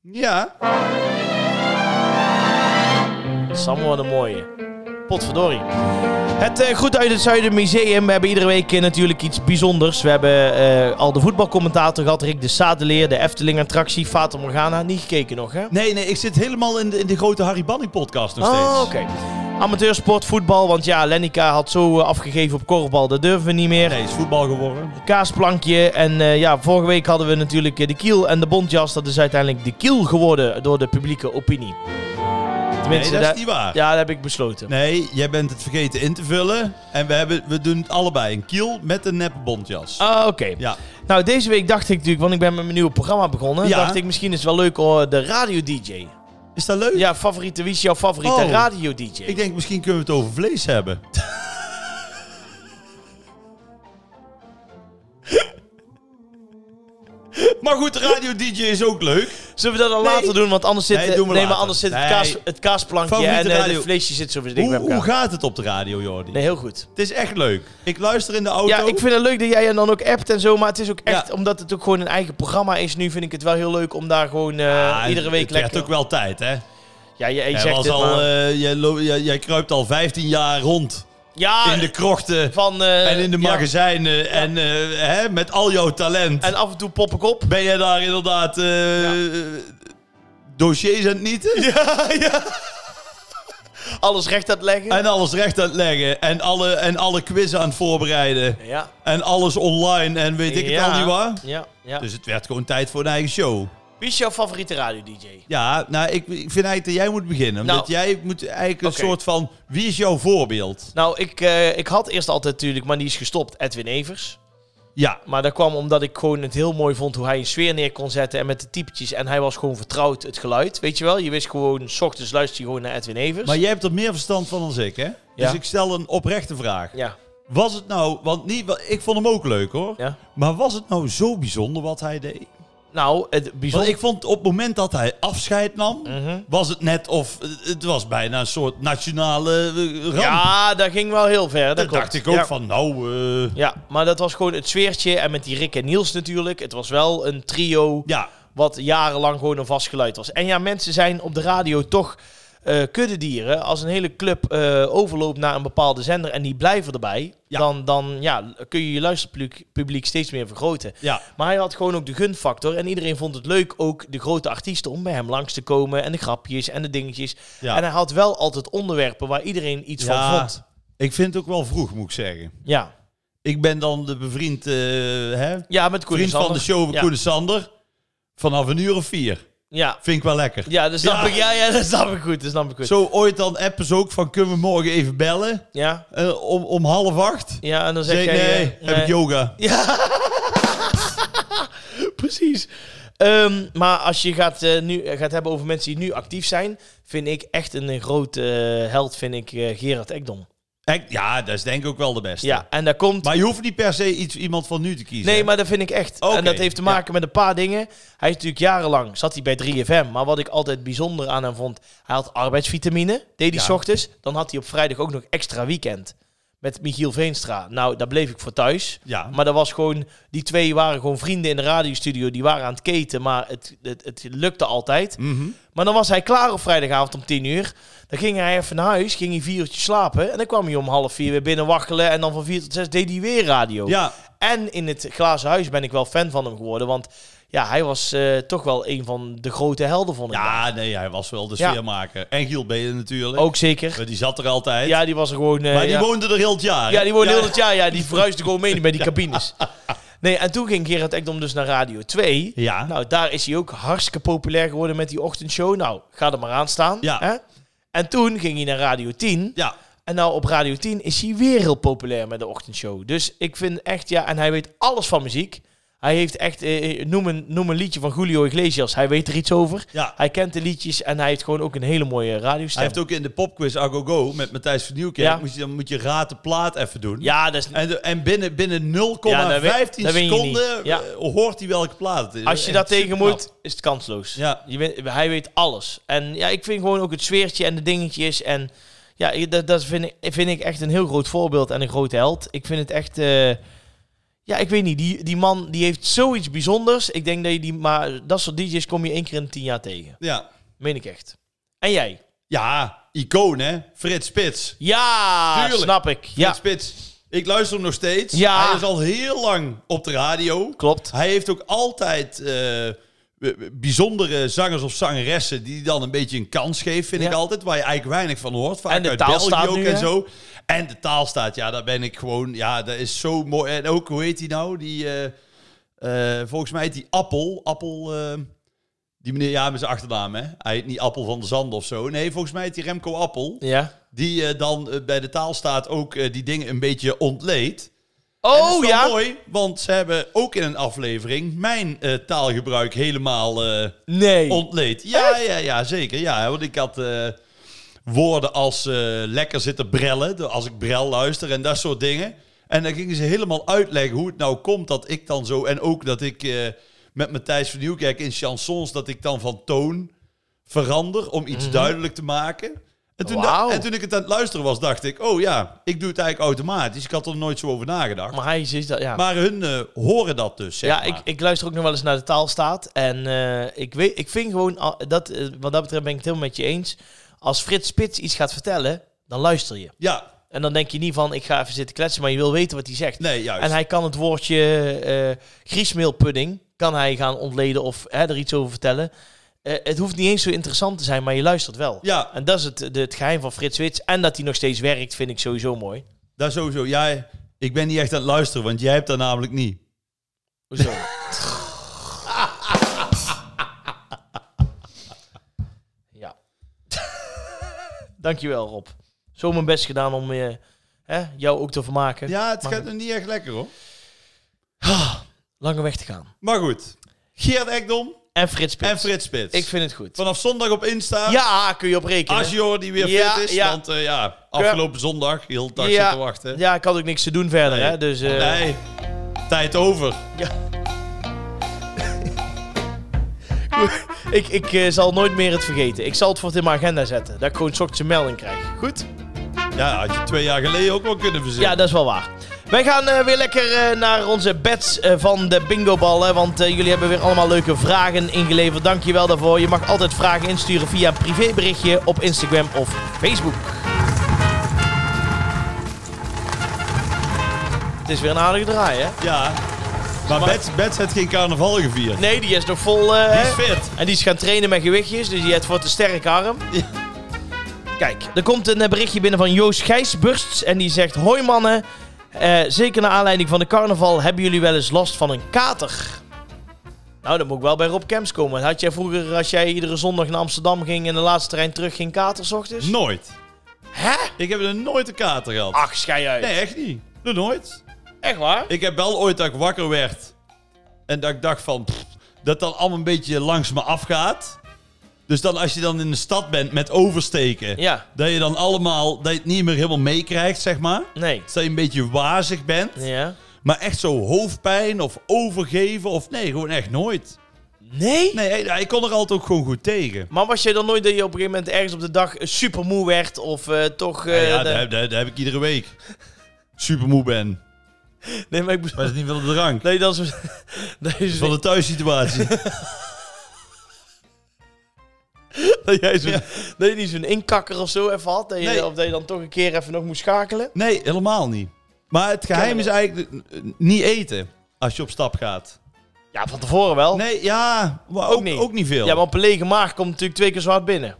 Ja.
Sam, wat een mooie. Potverdorie. Het eh, Goed uit het Zuiden Museum. We hebben iedere week eh, natuurlijk iets bijzonders. We hebben eh, al de voetbalcommentator gehad. Rick de Sadeleer, de Efteling-attractie, Fata Morgana. Niet gekeken nog, hè?
Nee, nee, ik zit helemaal in de, in de grote Harry Banning-podcast nog steeds.
Oh, oké. Amateursport, voetbal. Want ja, Lennica had zo eh, afgegeven op korfbal. Dat durven we niet meer.
Nee, het is voetbal geworden.
Kaasplankje. En eh, ja, vorige week hadden we natuurlijk eh, de kiel en de bontjas. Dat is uiteindelijk de kiel geworden door de publieke opinie.
Nee,
Tenminste,
dat
daar-
is niet waar.
ja, dat heb ik besloten.
Nee, jij bent het vergeten in te vullen. En we, hebben, we doen het allebei. Een kiel met een neppe bontjas.
Ah, oké.
Ja.
Nou, deze week dacht ik natuurlijk, want ik ben met mijn nieuwe programma begonnen.
Ja.
Dacht ik, misschien is het wel leuk hoor, de radio-dj.
Is dat leuk?
Ja, favoriete, wie is jouw favoriete
Oh.
radio-dj?
Ik denk, misschien kunnen we het over vlees hebben. [laughs] maar goed, radio DJ is ook leuk.
Zullen we dat dan
Nee.
later doen? Want anders zit,
Nee,
eh,
doen we
nee maar
later.
anders zit
Nee.
het, kaas, het kaasplankje
Favoriete
en eh,
radio-
het vleesje zit zo weer dik
Hoe,
bij
hoe
elkaar.
gaat het op de radio, Jordi?
Nee, heel goed.
Het is echt leuk. Ik luister in de auto.
Ja, ik vind het leuk dat jij er dan ook appt en zo, maar het is ook echt,
Ja.
omdat het ook gewoon een eigen programma is nu, vind ik het wel heel leuk om daar gewoon eh,
Ah,
iedere week
het
lekker...
Het ook wel tijd, hè?
Ja, jij, jij
Jij,
zegt
was
het
al,
maar.
eh, jij, lo- jij- jij kruipt al 15 jaar rond.
ja,
in de krochten.
van... eh,
En in de
ja.
magazijnen en eh, hè, met al jouw talent.
En af en toe pop ik op.
ben jij daar inderdaad eh, dossiers aan het nieten?
Ja, ja. Alles recht aan het leggen.
En alles recht aan het leggen. En alle, en alle quizzen aan het voorbereiden.
ja.
En alles online en weet ik het
Ja.
al niet waar.
Ja, ja.
Dus het werd gewoon tijd voor een eigen show.
Wie is jouw favoriete radio-dj?
Ja, nou, ik, ik vind eigenlijk dat jij moet beginnen. Omdat
Nou.
jij moet eigenlijk een
Oké.
soort van... Wie is jouw voorbeeld?
Nou, ik, eh, ik had eerst altijd natuurlijk, maar die is gestopt, Edwin Evers.
Ja,
Maar dat kwam omdat ik gewoon het heel mooi vond hoe hij een sfeer neer kon zetten en met de typetjes. En hij was gewoon vertrouwd, het geluid, weet je wel. Je wist gewoon, s ochtends luister je gewoon naar Edwin Evers.
maar jij hebt er meer verstand van dan ik, hè? Dus ik stel een oprechte vraag.
Ja,
Was het nou... Want niet, wa- ik vond hem ook leuk, hoor.
ja.
Maar was het nou zo bijzonder wat hij deed?
Nou, het
Want
bijzonder...
ik vond op het moment dat hij afscheid nam...
Mhm.
Was het net of... eh, Het was bijna een soort nationale eh, ramp.
Ja, dat ging wel heel ver. Dat
Dat
klopt.
dacht ik ook
Ja.
van, nou... eh,
Ja, maar dat was gewoon het sfeertje. En met die Rick en Niels natuurlijk. Het was wel een trio
ja,
wat jarenlang gewoon een vast geluid was. En ja, mensen zijn op de radio toch eh kuddedieren. Als een hele club eh, overloopt naar een bepaalde zender en die blijven erbij...
Ja.
Dan, dan ja, kun je je luisterpubliek publiek steeds meer vergroten.
ja.
Maar hij had gewoon ook de gunfactor. En iedereen vond het leuk, ook de grote artiesten, om bij hem langs te komen. En de grapjes en de dingetjes.
ja.
En hij had wel altijd onderwerpen waar iedereen iets
Ja.
van vond.
Ik vind het ook wel vroeg, moet ik zeggen.
Ja,
Ik ben dan de bevriend, eh, hè,
ja met Koen
vriend van de
Sander.
show van
Ja.
Koen en Sander. Vanaf een uur of vier.
Ja,
Vind ik wel lekker.
Ja, dat snap
Ja.
ik. Ja, ja, dat snap ik goed. Dat snap ik goed.
Zo ooit dan appen ze ook van kunnen we morgen even bellen?
Ja,
Eh, om, om half acht.
ja, en dan zeg
Zeg,
jij...
nee,
eh,
heb ik yoga.
Precies. Ehm, maar als je gaat, eh, nu, gaat hebben over mensen die nu actief zijn, vind ik echt een, eh, grote eh, held, vind ik eh, Gerard Ekdom.
Ik- Ja, dat is denk ik ook wel de beste.
Ja, en daar komt...
Maar je hoeft niet per se iets, iemand van nu te kiezen.
Nee, maar dat vind ik echt.
Oké,
En dat heeft te maken met een paar dingen. Hij is natuurlijk jarenlang, zat hij bij 3FM. Maar wat ik altijd bijzonder aan hem vond, hij had arbeidsvitamine. Deed hij
Ja.
s ochtends. Dan had hij op vrijdag ook nog extra weekend. Met Michiel Veenstra. Nou, daar bleef ik voor thuis.
Ja,
Maar dat was gewoon, die twee waren gewoon vrienden in de radiostudio. Die waren aan het keten, maar het, het, het lukte altijd.
Mhm.
Maar dan was hij klaar op vrijdagavond om tien uur. Dan ging hij even naar huis, ging hij vier uurtjes slapen. En dan kwam hij om half vier weer binnen waggelen. En dan van vier tot zes deed hij weer radio.
ja.
En in het glazen huis ben ik wel fan van hem geworden. Want ja, hij was eh, toch wel een van de grote helden, vond ik.
ja nee, hij was wel de
Ja.
sfeermaker. En Giel Belen natuurlijk.
Ook zeker.
Eh, Die zat er altijd.
Ja, die was er gewoon... eh,
maar die
ja.
woonde er heel het jaar.
Ja, die woonde
Ja.
heel het jaar. Ja, die verhuisde gewoon mee met die
[laughs]
cabines. Nee, en toen ging Gerard Ekdom dus naar Radio 2.
Ja.
Nou, daar is hij ook hartstikke populair geworden met die ochtendshow. Nou, ga er maar aan staan.
Ja.
Hè? En toen ging hij naar Radio 10.
ja.
En nou, op Radio 10 is hij weer heel populair met de ochtendshow. Dus ik vind echt, ja, en hij weet alles van muziek. Hij heeft echt, eh, eh, noem, een, noem een liedje van Julio Iglesias. Hij weet er iets over.
ja.
Hij kent de liedjes en hij heeft gewoon ook een hele mooie radiostem.
Hij heeft ook in de popquiz Agogo met Matthijs van Nieuwkerk,
Ja.
moet je, dan moet je raad de plaat even doen.
Ja, dat is
En, de- en binnen, binnen 0,15
dat weet- dat weet je
seconden
niet. Ja.
eh, hoort hij welke plaat het is.
Als je
Echt
daar tegen
superknap.
moet, is het kansloos.
Ja.
Je weet- hij weet alles. En ja, ik vind gewoon ook het sfeertje en de dingetjes. En ja, ik- dat, dat vind, ik, vind ik echt een heel groot voorbeeld en een grote held. Ik vind het echt... eh, ja, ik weet niet. Die, die man die heeft zoiets bijzonders. Ik denk dat je die... Maar dat soort DJ's kom je één keer in de tien jaar tegen.
Ja.
Meen ik echt. En jij?
ja, icoon hè. Frits Spits.
Ja,
Tuurlijk.
snap ik.
Frits
Ja,
Spits. Ik luister hem nog steeds.
Ja.
Hij is al heel lang op de radio.
klopt.
Hij heeft ook altijd eh, bijzondere zangers of zangeressen die dan een beetje een kans geeft, vind
Ja.
ik altijd. Waar je eigenlijk weinig van hoort. Vaak
En de
uit
taal
België
staat
ook
nu,
en
hè?
zo. En de taal staat, ja, daar ben ik gewoon. Ja, dat is zo mooi. En ook, hoe heet die nou? Die, eh, eh, volgens mij heet die Appel. Appel. eh, die meneer, ja, met zijn achternaam, hè? Hij heet niet Appel van de Zand of zo. Nee, volgens mij heet die Remco Appel.
Ja.
Die eh, dan eh, bij de taalstaat ook eh, die dingen een beetje ontleed. En dat
Oh,
is wel
ja.
mooi, want ze hebben ook in een aflevering mijn eh, taalgebruik helemaal eh,
Nee.
ontleed. Ja, ja, ja, zeker. Ja, want ik had eh, woorden als eh, lekker zitten brellen, de- als ik brel luister en dat soort dingen. En dan gingen ze helemaal uitleggen hoe het nou komt dat ik dan zo... En ook dat ik eh, met Matthijs van Nieuwkerk in chansons, dat ik dan van toon verander om iets duidelijk te maken. En toen, da-
Mhm. Wauw.
en toen ik het aan het luisteren was, dacht ik, oh ja, ik doe het eigenlijk automatisch. Ik had er nooit zo over nagedacht.
Maar hij is dat, ja.
Maar hun eh, horen dat dus. Zeg
ja,
maar.
ik, ik luister ook nog wel eens naar de taalstaat. En eh, ik, weet, ik vind gewoon, al- dat, eh, wat dat betreft ben ik het helemaal met je eens. Als Frits Spits iets gaat vertellen, dan luister je.
Ja,
En dan denk je niet van, ik ga even zitten kletsen, maar je wil weten wat hij zegt.
nee, juist.
en hij kan het woordje eh griesmeelpudding, kan hij gaan ontleden of hè, er iets over vertellen. Eh, het hoeft niet eens zo interessant te zijn, maar je luistert wel.
Ja,
En dat is het, de- het geheim van Frits Spits. En dat hij nog steeds werkt, vind ik sowieso mooi.
dat sowieso. Jij, ik ben niet echt aan het luisteren, want [laughs] jij hebt dat namelijk niet.
Hoezo? Dankjewel, Rob. Zo mijn best gedaan om eh, hè, jou ook te vermaken.
Ja, het
Maar-
gaat nog niet echt lekker hoor.
Lange weg te gaan.
Maar goed. Geert Ekdom
En Frits Spits.
en Frits Spits.
Ik vind het goed.
Vanaf zondag op Insta.
Ja, kun je op rekenen.
Asjor die weer
Ja,
fit is.
ja.
Want eh, ja, afgelopen zondag heel de dag
ja,
zitten wachten.
Ja, ik had ook niks te doen verder, hè. Dus, eh,
Nee, tijd over.
Ja. [laughs] ik ik eh, zal nooit meer het vergeten. Ik zal het voor het in mijn agenda zetten. Dat ik gewoon 's ochtends een melding krijg. Goed?
Ja, had je twee jaar geleden ook wel kunnen verzinnen.
Ja, dat is wel waar. Wij gaan eh, weer lekker eh, naar onze bets eh, van de bingoballen. Want eh, jullie hebben weer allemaal leuke vragen ingeleverd. Dankjewel daarvoor. Je mag altijd vragen insturen via een privéberichtje op Instagram of Facebook. Het is weer een aardige draai, hè?
Ja. Maar Bets, Bets heeft geen carnaval gevierd.
Nee, die is nog vol. eh,
Die
hè?
is fit.
En die is gaan trainen met gewichtjes, dus die heeft voor te sterke arm.
Ja.
Kijk, er komt een eh, berichtje binnen van Joost Gijsbursts en die zegt... Hoi mannen, eh, zeker naar aanleiding van de carnaval hebben jullie wel eens last van een kater. Nou, dan moet ik wel bij Rob Kemps komen. Had jij vroeger, als jij iedere zondag naar Amsterdam ging en de laatste trein terug ging, kater 's ochtends?
Nooit.
Hè? Ah.
Ik heb er nooit een kater gehad.
Ach, schei uit.
Nee, echt niet. Nog nooit.
Echt waar?
Ik heb wel ooit dat ik wakker werd. En dat ik dacht van... pff, dat dat allemaal een beetje langs me afgaat. Dus dan als je dan in de stad bent met oversteken.
Ja.
Dat je dan allemaal... Dat je het niet meer helemaal meekrijgt, zeg maar.
Nee.
Dus dat je een beetje wazig bent.
Ja.
Maar echt zo hoofdpijn of overgeven of... Nee, gewoon echt nooit.
Nee?
Nee, nou, ik, ik kon er altijd ook gewoon goed tegen.
Maar was jij dan nooit dat je op een gegeven moment ergens op de dag super moe werd of eh, toch... eh,
ja,
de-
dat, heb- dat- dat heb ik iedere week. Super moe ben.
Nee, maar ik bedoel-
Maar dat is niet wel op de drank.
Nee, dat
[laughs]
is... Dat is
Van de [laughs] thuissituatie.
Dat jij zo'n,
Ja.
dat je niet zo'n inkakker of zo even had. Dat je,
Nee.
Of dat je dan toch een keer even nog moest schakelen.
Nee, helemaal niet. Maar het geheim is eigenlijk eh, niet eten als je op stap gaat.
Ja, van tevoren wel.
Nee, ja, maar ook, ook, niet. veel.
Ja, maar op een lege maag komt natuurlijk twee keer zwart binnen.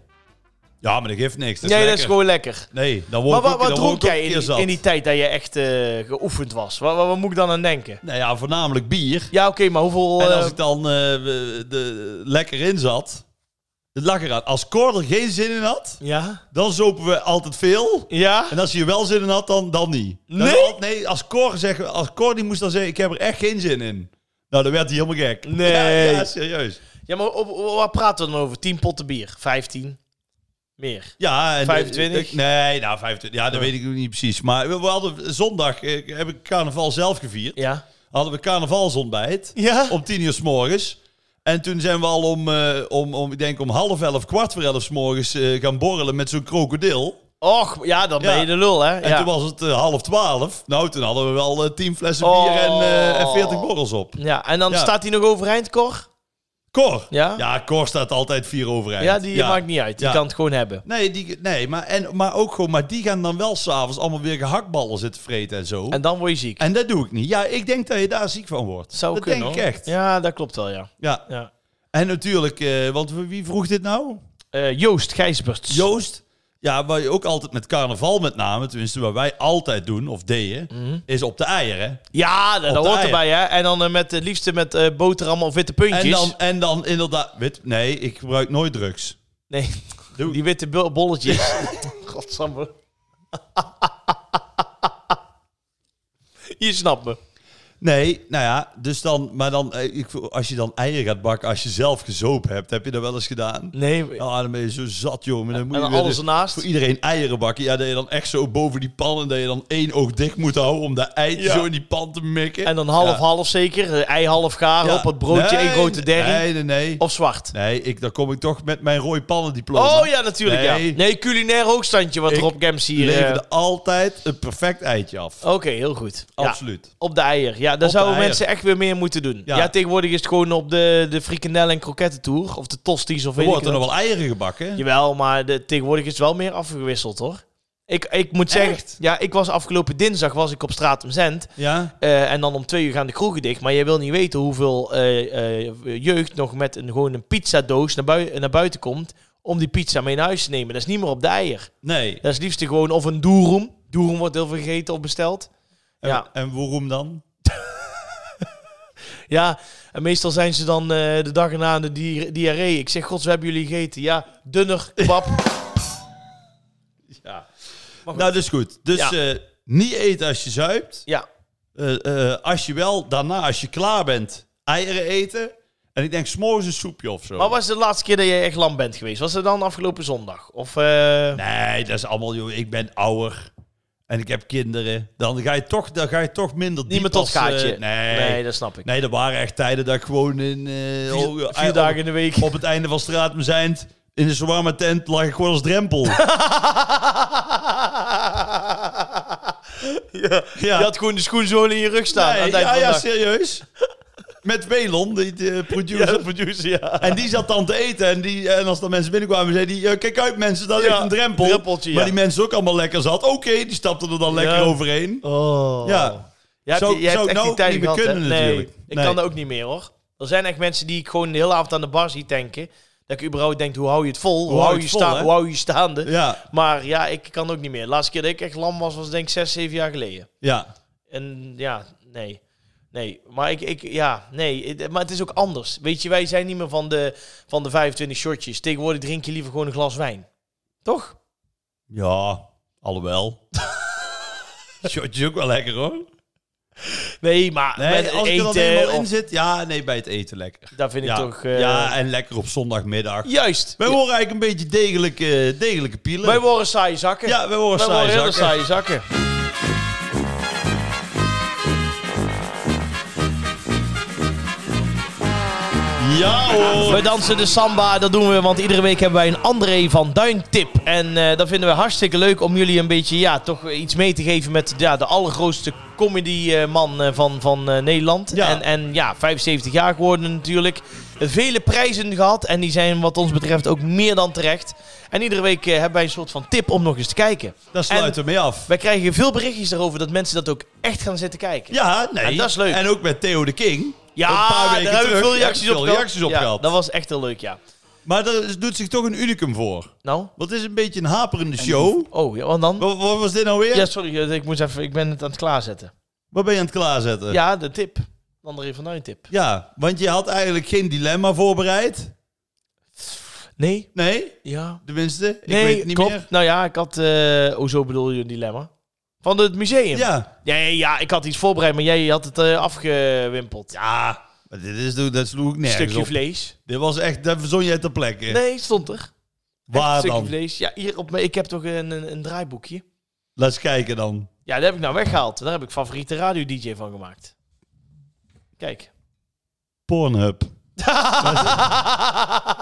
Ja, maar dat geeft niks. Dat is
nee, dat
lekker.
is gewoon lekker.
Nee, dan word
Maar
ik
wat,
ook,
wat
dan word
dronk
ik ook
jij
een
in
keer
die,
zat.
in die tijd dat je echt eh, geoefend was? Wat, wat, wat moet ik dan aan denken?
Nou ja, voornamelijk bier.
Ja, oké, maar hoeveel...
En
eh,
als ik dan eh, de, de- lekker in zat, het lag eraan. Als Cor er geen zin in had,
Ja?
dan zopen we altijd veel.
Ja?
En als hij er wel zin in had, dan, dan niet. Dan
Nee?
al- nee, als Cor, zeg, als Cor die moest dan zeggen, ik heb er echt geen zin in. Nou, dan werd hij helemaal gek.
Nee.
Ja, ja, serieus.
Ja, maar op, op- wat praten we dan over? 10 potten bier? 15? Meer?
Ja, en
25?
ik- nee, nou 25. Ja, dat weet ik ook niet precies. Maar we, we hadden zondag eh, heb ik carnaval zelf gevierd.
Ja?
Hadden we carnavalsontbijt
Ja?
om tien uur s morgens. En toen zijn we al om, eh, om, om, ik denk om half elf, kwart voor elf s morgens eh, gaan borrelen met zo'n krokodil.
Och, ja, dan ben
Ja.
je de lul, hè?
En
ja.
toen was het eh, half twaalf. Nou, toen hadden we wel eh, tien flessen bier
Oh.
en, eh, en veertig borrels op.
ja, en dan
Ja.
staat hij nog overeind, Cor?
Cor.
Ja?
Ja, Cor staat altijd vier overeind.
Ja, die maakt niet uit. Die
Ja.
kan het gewoon hebben.
Nee, die, nee maar, en, maar ook gewoon, maar die gaan dan wel s'avonds allemaal weer gehaktballen zitten vreten en zo.
En dan word je ziek.
En dat doe ik niet. Ja, ik denk dat je daar ziek van wordt.
Zou
dat
kunnen,
denk ik
hoor.
echt. Ja.
Ja, dat klopt wel, ja. ja.
En natuurlijk, eh, want wie vroeg dit nou?
Eh, Joost Gijsberts.
Joost. Ja, waar je ook altijd met carnaval met name, tenminste wat wij altijd doen, of deden,
Mhm.
is op de eieren.
ja, dat, dat
de
hoort
eier.
erbij, hè. En dan eh, met het liefste met eh boterhammen of witte puntjes.
En dan, en dan inderdaad... Wit, nee, ik gebruik nooit drugs.
Nee,
Doe.
die witte bo-
[laughs]
bolletjes. Godsamme. je snapt me.
Nee, nou ja, dus dan... Maar dan, eh, ik, als je dan eieren gaat bakken, als je zelf gezopen hebt, heb je dat wel eens gedaan?
Nee,
Ja, dan ben je zo zat, joh. maar Dan moet
en
je
dan
weer
alles
de-
ernaast.
Voor iedereen eieren bakken. Ja, dat je dan echt zo boven die pan en dat je dan één oog dicht moet houden om dat eitje
Ja.
zo in die pan te mikken.
en dan half-half zeker. Eh, Ei half gaar
Ja.
op het broodje,
Nee,
één grote derrie.
Nee, nee, nee.
Of zwart.
Nee, ik, dan kom ik toch met mijn rode pannen diploma.
Oh ja, natuurlijk
Nee.
ja. Nee, culinair hoogstandje wat
Ik
Rob Gems hier... eh,
Leverde altijd een perfect eitje af.
Oké, heel goed. Ja.
Absoluut.
Op de eier. Ja, daar
Op de
zouden
eier.
mensen echt weer meer moeten doen. Ja,
Ja.
tegenwoordig is het gewoon op de, de frikandel- en krokettentour. Of de tosties of
Er
weet ik
wordt er
wat.
nog wel eieren gebakken.
Jawel, maar de, tegenwoordig is het wel meer afgewisseld, hoor. Ik, ik moet zeggen...
Echt?
Ja, ik was afgelopen dinsdag was ik op straat om Zend.
Ja.
Eh, en dan om twee uur gaan de kroegen dicht. Maar je wil niet weten hoeveel eh, eh, jeugd nog met een, gewoon een pizzadoos naar, bui- naar buiten komt... om die pizza mee naar huis te nemen. Dat is niet meer op de eier.
Nee.
Dat is het liefste gewoon of een doeroem. Doeroem wordt heel veel gegeten of besteld.
En,
Ja.
en waarom dan?
Ja, en meestal zijn ze dan eh, de dag erna aan de di- diarree. Ik zeg, gods, we hebben jullie gegeten. Ja, dunner, kebab.
Ja. Nou, dus goed. Dus
Ja.
eh, niet eten als je zuipt.
Ja.
Eh, eh, als je wel daarna, als je klaar bent, eieren eten. En ik denk, s'morgens een soepje of zo.
Maar was het de laatste keer dat je echt lam bent geweest? Was dat dan afgelopen zondag? Of... eh,
Nee, dat is allemaal, joh. Ik ben ouder. En ik heb kinderen. Dan ga je toch, dan ga je toch minder diep
Niet meer tot
als, eh,
gaatje.
nee.
nee,
Nee,
dat snap ik.
er waren echt tijden dat ik gewoon in... eh, oh,
Vier,
ei-
vier
op-
dagen in de
[laughs]
week.
Op het einde van straat me zijnd, in de zwarme tent, lag ik gewoon
[laughs]
als drempel.
ja.
Ja.
Je had gewoon de schoenzolen in je rug staan. aan
Nee,
het eind
ja,
van de
ja,
dag.
serieus. Met Welon, die eh,
Ja, [laughs]
producer.
de producer, ja.
En die zat dan te eten. En, die, en als dan mensen binnenkwamen, zei die... eh, kijk uit mensen, daar
Ja,
ligt een drempel.
drempeltje, ja.
Maar die mensen ook allemaal lekker zat. Oké, die stapten er dan lekker
Ja.
overheen.
Oh.
Ja.
Je hebt,
Zo-
je hebt
zo
echt
nou
die tijd
niet meer
gehad, hè?
kunnen
nee,
natuurlijk.
Ik
Nee.
kan dat ook niet meer hoor. Er zijn echt mensen die ik gewoon de hele avond aan de bar zie tanken. Dat ik überhaupt denk, hoe hou je het vol? Hoe, hou,
hou
je
je het
sta-
vol, hè?
hoe hou je staande?
Ja,
Maar ja, ik kan ook niet meer. De laatste keer dat ik echt lam was, was denk ik zes, zeven jaar geleden.
ja.
En ja, nee. Nee, maar ik, ik ja, nee. Het- Maar het is ook anders. Weet je, wij zijn niet meer van de, van de 25 shotjes. Tegenwoordig drink je liever gewoon een glas wijn. Toch?
Ja, alhoewel. [laughs] Shotje is ook wel lekker hoor.
Nee, maar
Nee,
met
als ik er dan
eten,
helemaal
of-
in zit, ja, nee, bij het eten lekker.
daar vind ik
ja.
toch... eh,
ja, en lekker op zondagmiddag.
Juist.
Wij horen eigenlijk een beetje degelijke, degelijke pielen.
Wij worden saaie zakken.
ja, wij horen
wij worden
saai
hele saaie Oh, zakken.
Ja hoor.
We dansen de samba, dat doen we, want iedere week hebben wij een André van Duin tip. En eh, dat vinden we hartstikke leuk om jullie een beetje, ja, toch iets mee te geven met ja, de allergrootste comedyman eh, van, van eh, Nederland.
Ja.
En, en ja, 75 jaar geworden natuurlijk. Vele prijzen gehad en die zijn wat ons betreft ook meer dan terecht. En iedere week eh, hebben wij een soort van tip om nog eens te kijken.
Daar sluiten we mee af.
Wij krijgen veel berichtjes daarover dat mensen dat ook echt gaan zitten kijken.
Ja, nee.
En dat is leuk.
En ook met Theo de King.
Ja,
Een paar weken
daar hebben we
terug
veel reacties op
heb ik veel
gehad.
reacties op
Ja,
gehad.
Dat was echt heel leuk, ja.
Maar er doet zich toch een unicum voor.
Nou,
Want het is een beetje een haperende show.
oh, ja, want dan?
Wat, wat was dit nou weer?
Ja, sorry, eh, ik, moest even, ik ben het aan het klaarzetten.
Wat ben je aan het klaarzetten?
Ja, de tip. André van Duin tip.
ja, want je had eigenlijk geen dilemma voorbereid.
Nee?
Nee?
Ja.
Tenminste, ik
nee,
weet het niet
klopt.
meer.
Nou ja, ik had... eh oh, zo bedoel je een dilemma? Van het museum?
Ja.
Ja, ja, ja, ik had iets voorbereid, maar jij had het eh, afgewimpeld.
Ja. Maar dit is, dat sloeg ik nergens
stukje
op.
vlees.
Dit was echt, dat verzon jij ter plekke.
Nee, stond er.
Waar
Echt een stukje
dan?
vlees. Ja, hier op mijn... Ik heb toch een, een, een draaiboekje?
Laat eens kijken dan.
Ja, dat heb ik nou weggehaald. Daar heb ik favoriete radio-dj van gemaakt. Kijk.
Pornhub.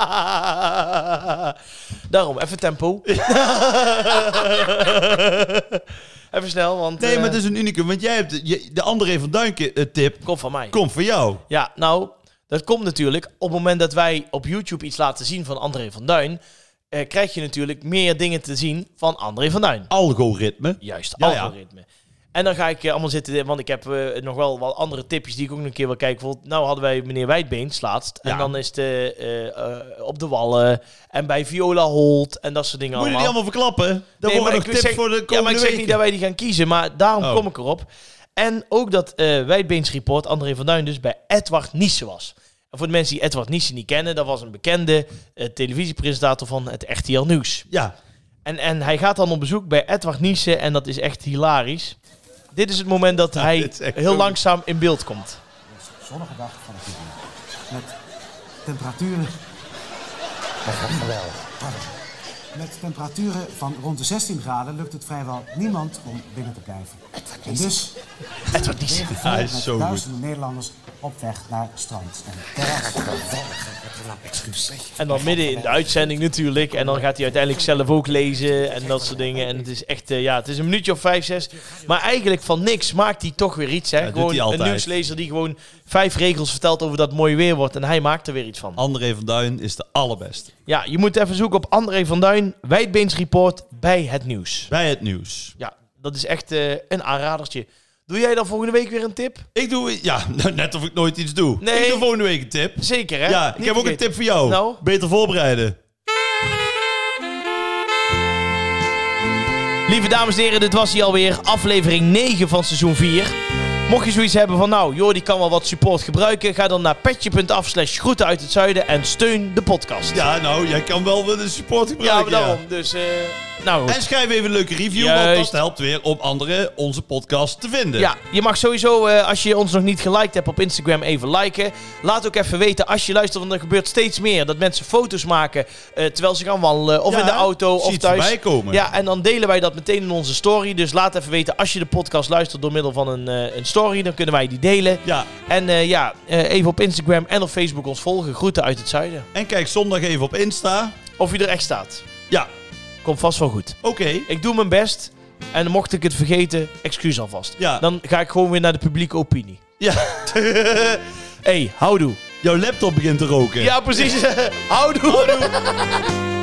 [laughs] Daarom, even
[laughs]
tempo. even snel, want...
Nee,
eh,
maar dus- het is een unicum. Want jij hebt je- de andere van Duinke eh, tip.
Komt van mij.
Komt van jou.
Ja, nou, dat komt natuurlijk op het moment dat wij op YouTube iets laten zien van André van Duin... eh, krijg je natuurlijk meer dingen te zien van André van Duin.
Algoritme.
Juist,
Ja, ja.
algoritme. En dan ga ik eh, allemaal zitten, want ik heb eh, nog wel wat andere tipjes die ik ook nog een keer wil kijken. Bijvoorbeeld, nou hadden wij meneer Wijdbeens laatst. En
Ja.
dan is het eh, eh, eh, op de wallen en bij Viola Holt en dat soort dingen
Moet je die
allemaal.
allemaal verklappen? Dan
Nee, maar
worden nog
ik
tips
zeg-
voor de komende
Ja, maar ik zeg
weken.
niet dat wij die gaan kiezen, maar daarom
Oh.
kom ik erop. En ook dat eh Wijdbeens report André van Duin dus bij Edward Nissen was. En voor de mensen die Edward Nissen niet kennen, dat was een bekende eh, televisiepresentator van het RTL Nieuws.
Ja.
En, en hij gaat dan op bezoek bij Edward Niesen en dat is echt hilarisch. Dit is het moment dat hij
dit is echt
heel
goed.
langzaam in beeld komt.
zonnige dag van het seizoen. Met temperaturen. Dat was geweldig. Met temperaturen van rond de 16 graden lukt het vrijwel niemand om binnen te blijven. En dus
Edward Niesen.
volop
Hij is
met
zo goed.
duizenden Nederlanders op weg naar strand en terras.
En dan midden in de uitzending natuurlijk. En dan gaat hij uiteindelijk zelf ook lezen en dat soort dingen. En het is echt, eh, ja, het is een minuutje of vijf, zes. Maar eigenlijk van niks maakt hij toch weer iets. Hè?
doet
gewoon
hij
een
altijd.
nieuwslezer die gewoon vijf regels vertelt over dat het mooi weer wordt. En hij maakt er weer iets van.
André van Duin is de allerbeste.
Ja, je moet even zoeken op André van Duin, Wijdbeens Report bij het nieuws.
Bij het nieuws.
Ja, dat is echt eh, een aanradertje. Doe jij dan volgende week weer een tip?
Ik doe... Ja, [laughs] nou, net of ik nooit iets doe.
Nee.
Ik doe volgende week een tip.
Zeker, hè?
Ja, ik
Niet
heb ook een
vergeten.
tip voor jou.
Nou?
Beter voorbereiden.
Lieve dames en heren, dit was hier alweer aflevering 9 van seizoen 4. Mocht je zoiets hebben van nou, Jordi kan wel wat support gebruiken, ga dan naar petje.af slash groeten uit het zuiden en steun de podcast.
Ja, nou, jij kan wel wat een support
Ja, maar
gebruiken. ja.
daarom. Dus, eh, nou,
En schrijf even een leuke review, want
Juist.
dat helpt weer om anderen onze podcast te vinden.
Ja, je mag sowieso, eh, als je ons nog niet geliked hebt op Instagram, even liken. Laat ook even weten als je luistert, want er gebeurt steeds meer. Dat mensen foto's maken eh, terwijl ze gaan wandelen, of
Ja,
in de auto,
zie
of
het
thuis.
voorbij komen.
Ja, en dan delen wij dat meteen in onze story. Dus laat even weten als je de podcast luistert door middel van een, eh, een story. Dan kunnen wij die delen.
Ja,
En eh, ja, eh, even op Instagram en op Facebook ons volgen. Groeten uit het zuiden.
en kijk zondag even op Insta.
Of je er echt staat.
Ja,
Komt vast wel goed.
oké.
Ik doe mijn best. En mocht ik het vergeten, excuus alvast.
Ja.
Dan ga ik gewoon weer naar de publieke opinie.
Ja. [laughs]
hey, houdoe. [laughs]
Jouw laptop begint te roken.
Ja, precies. Houdoe.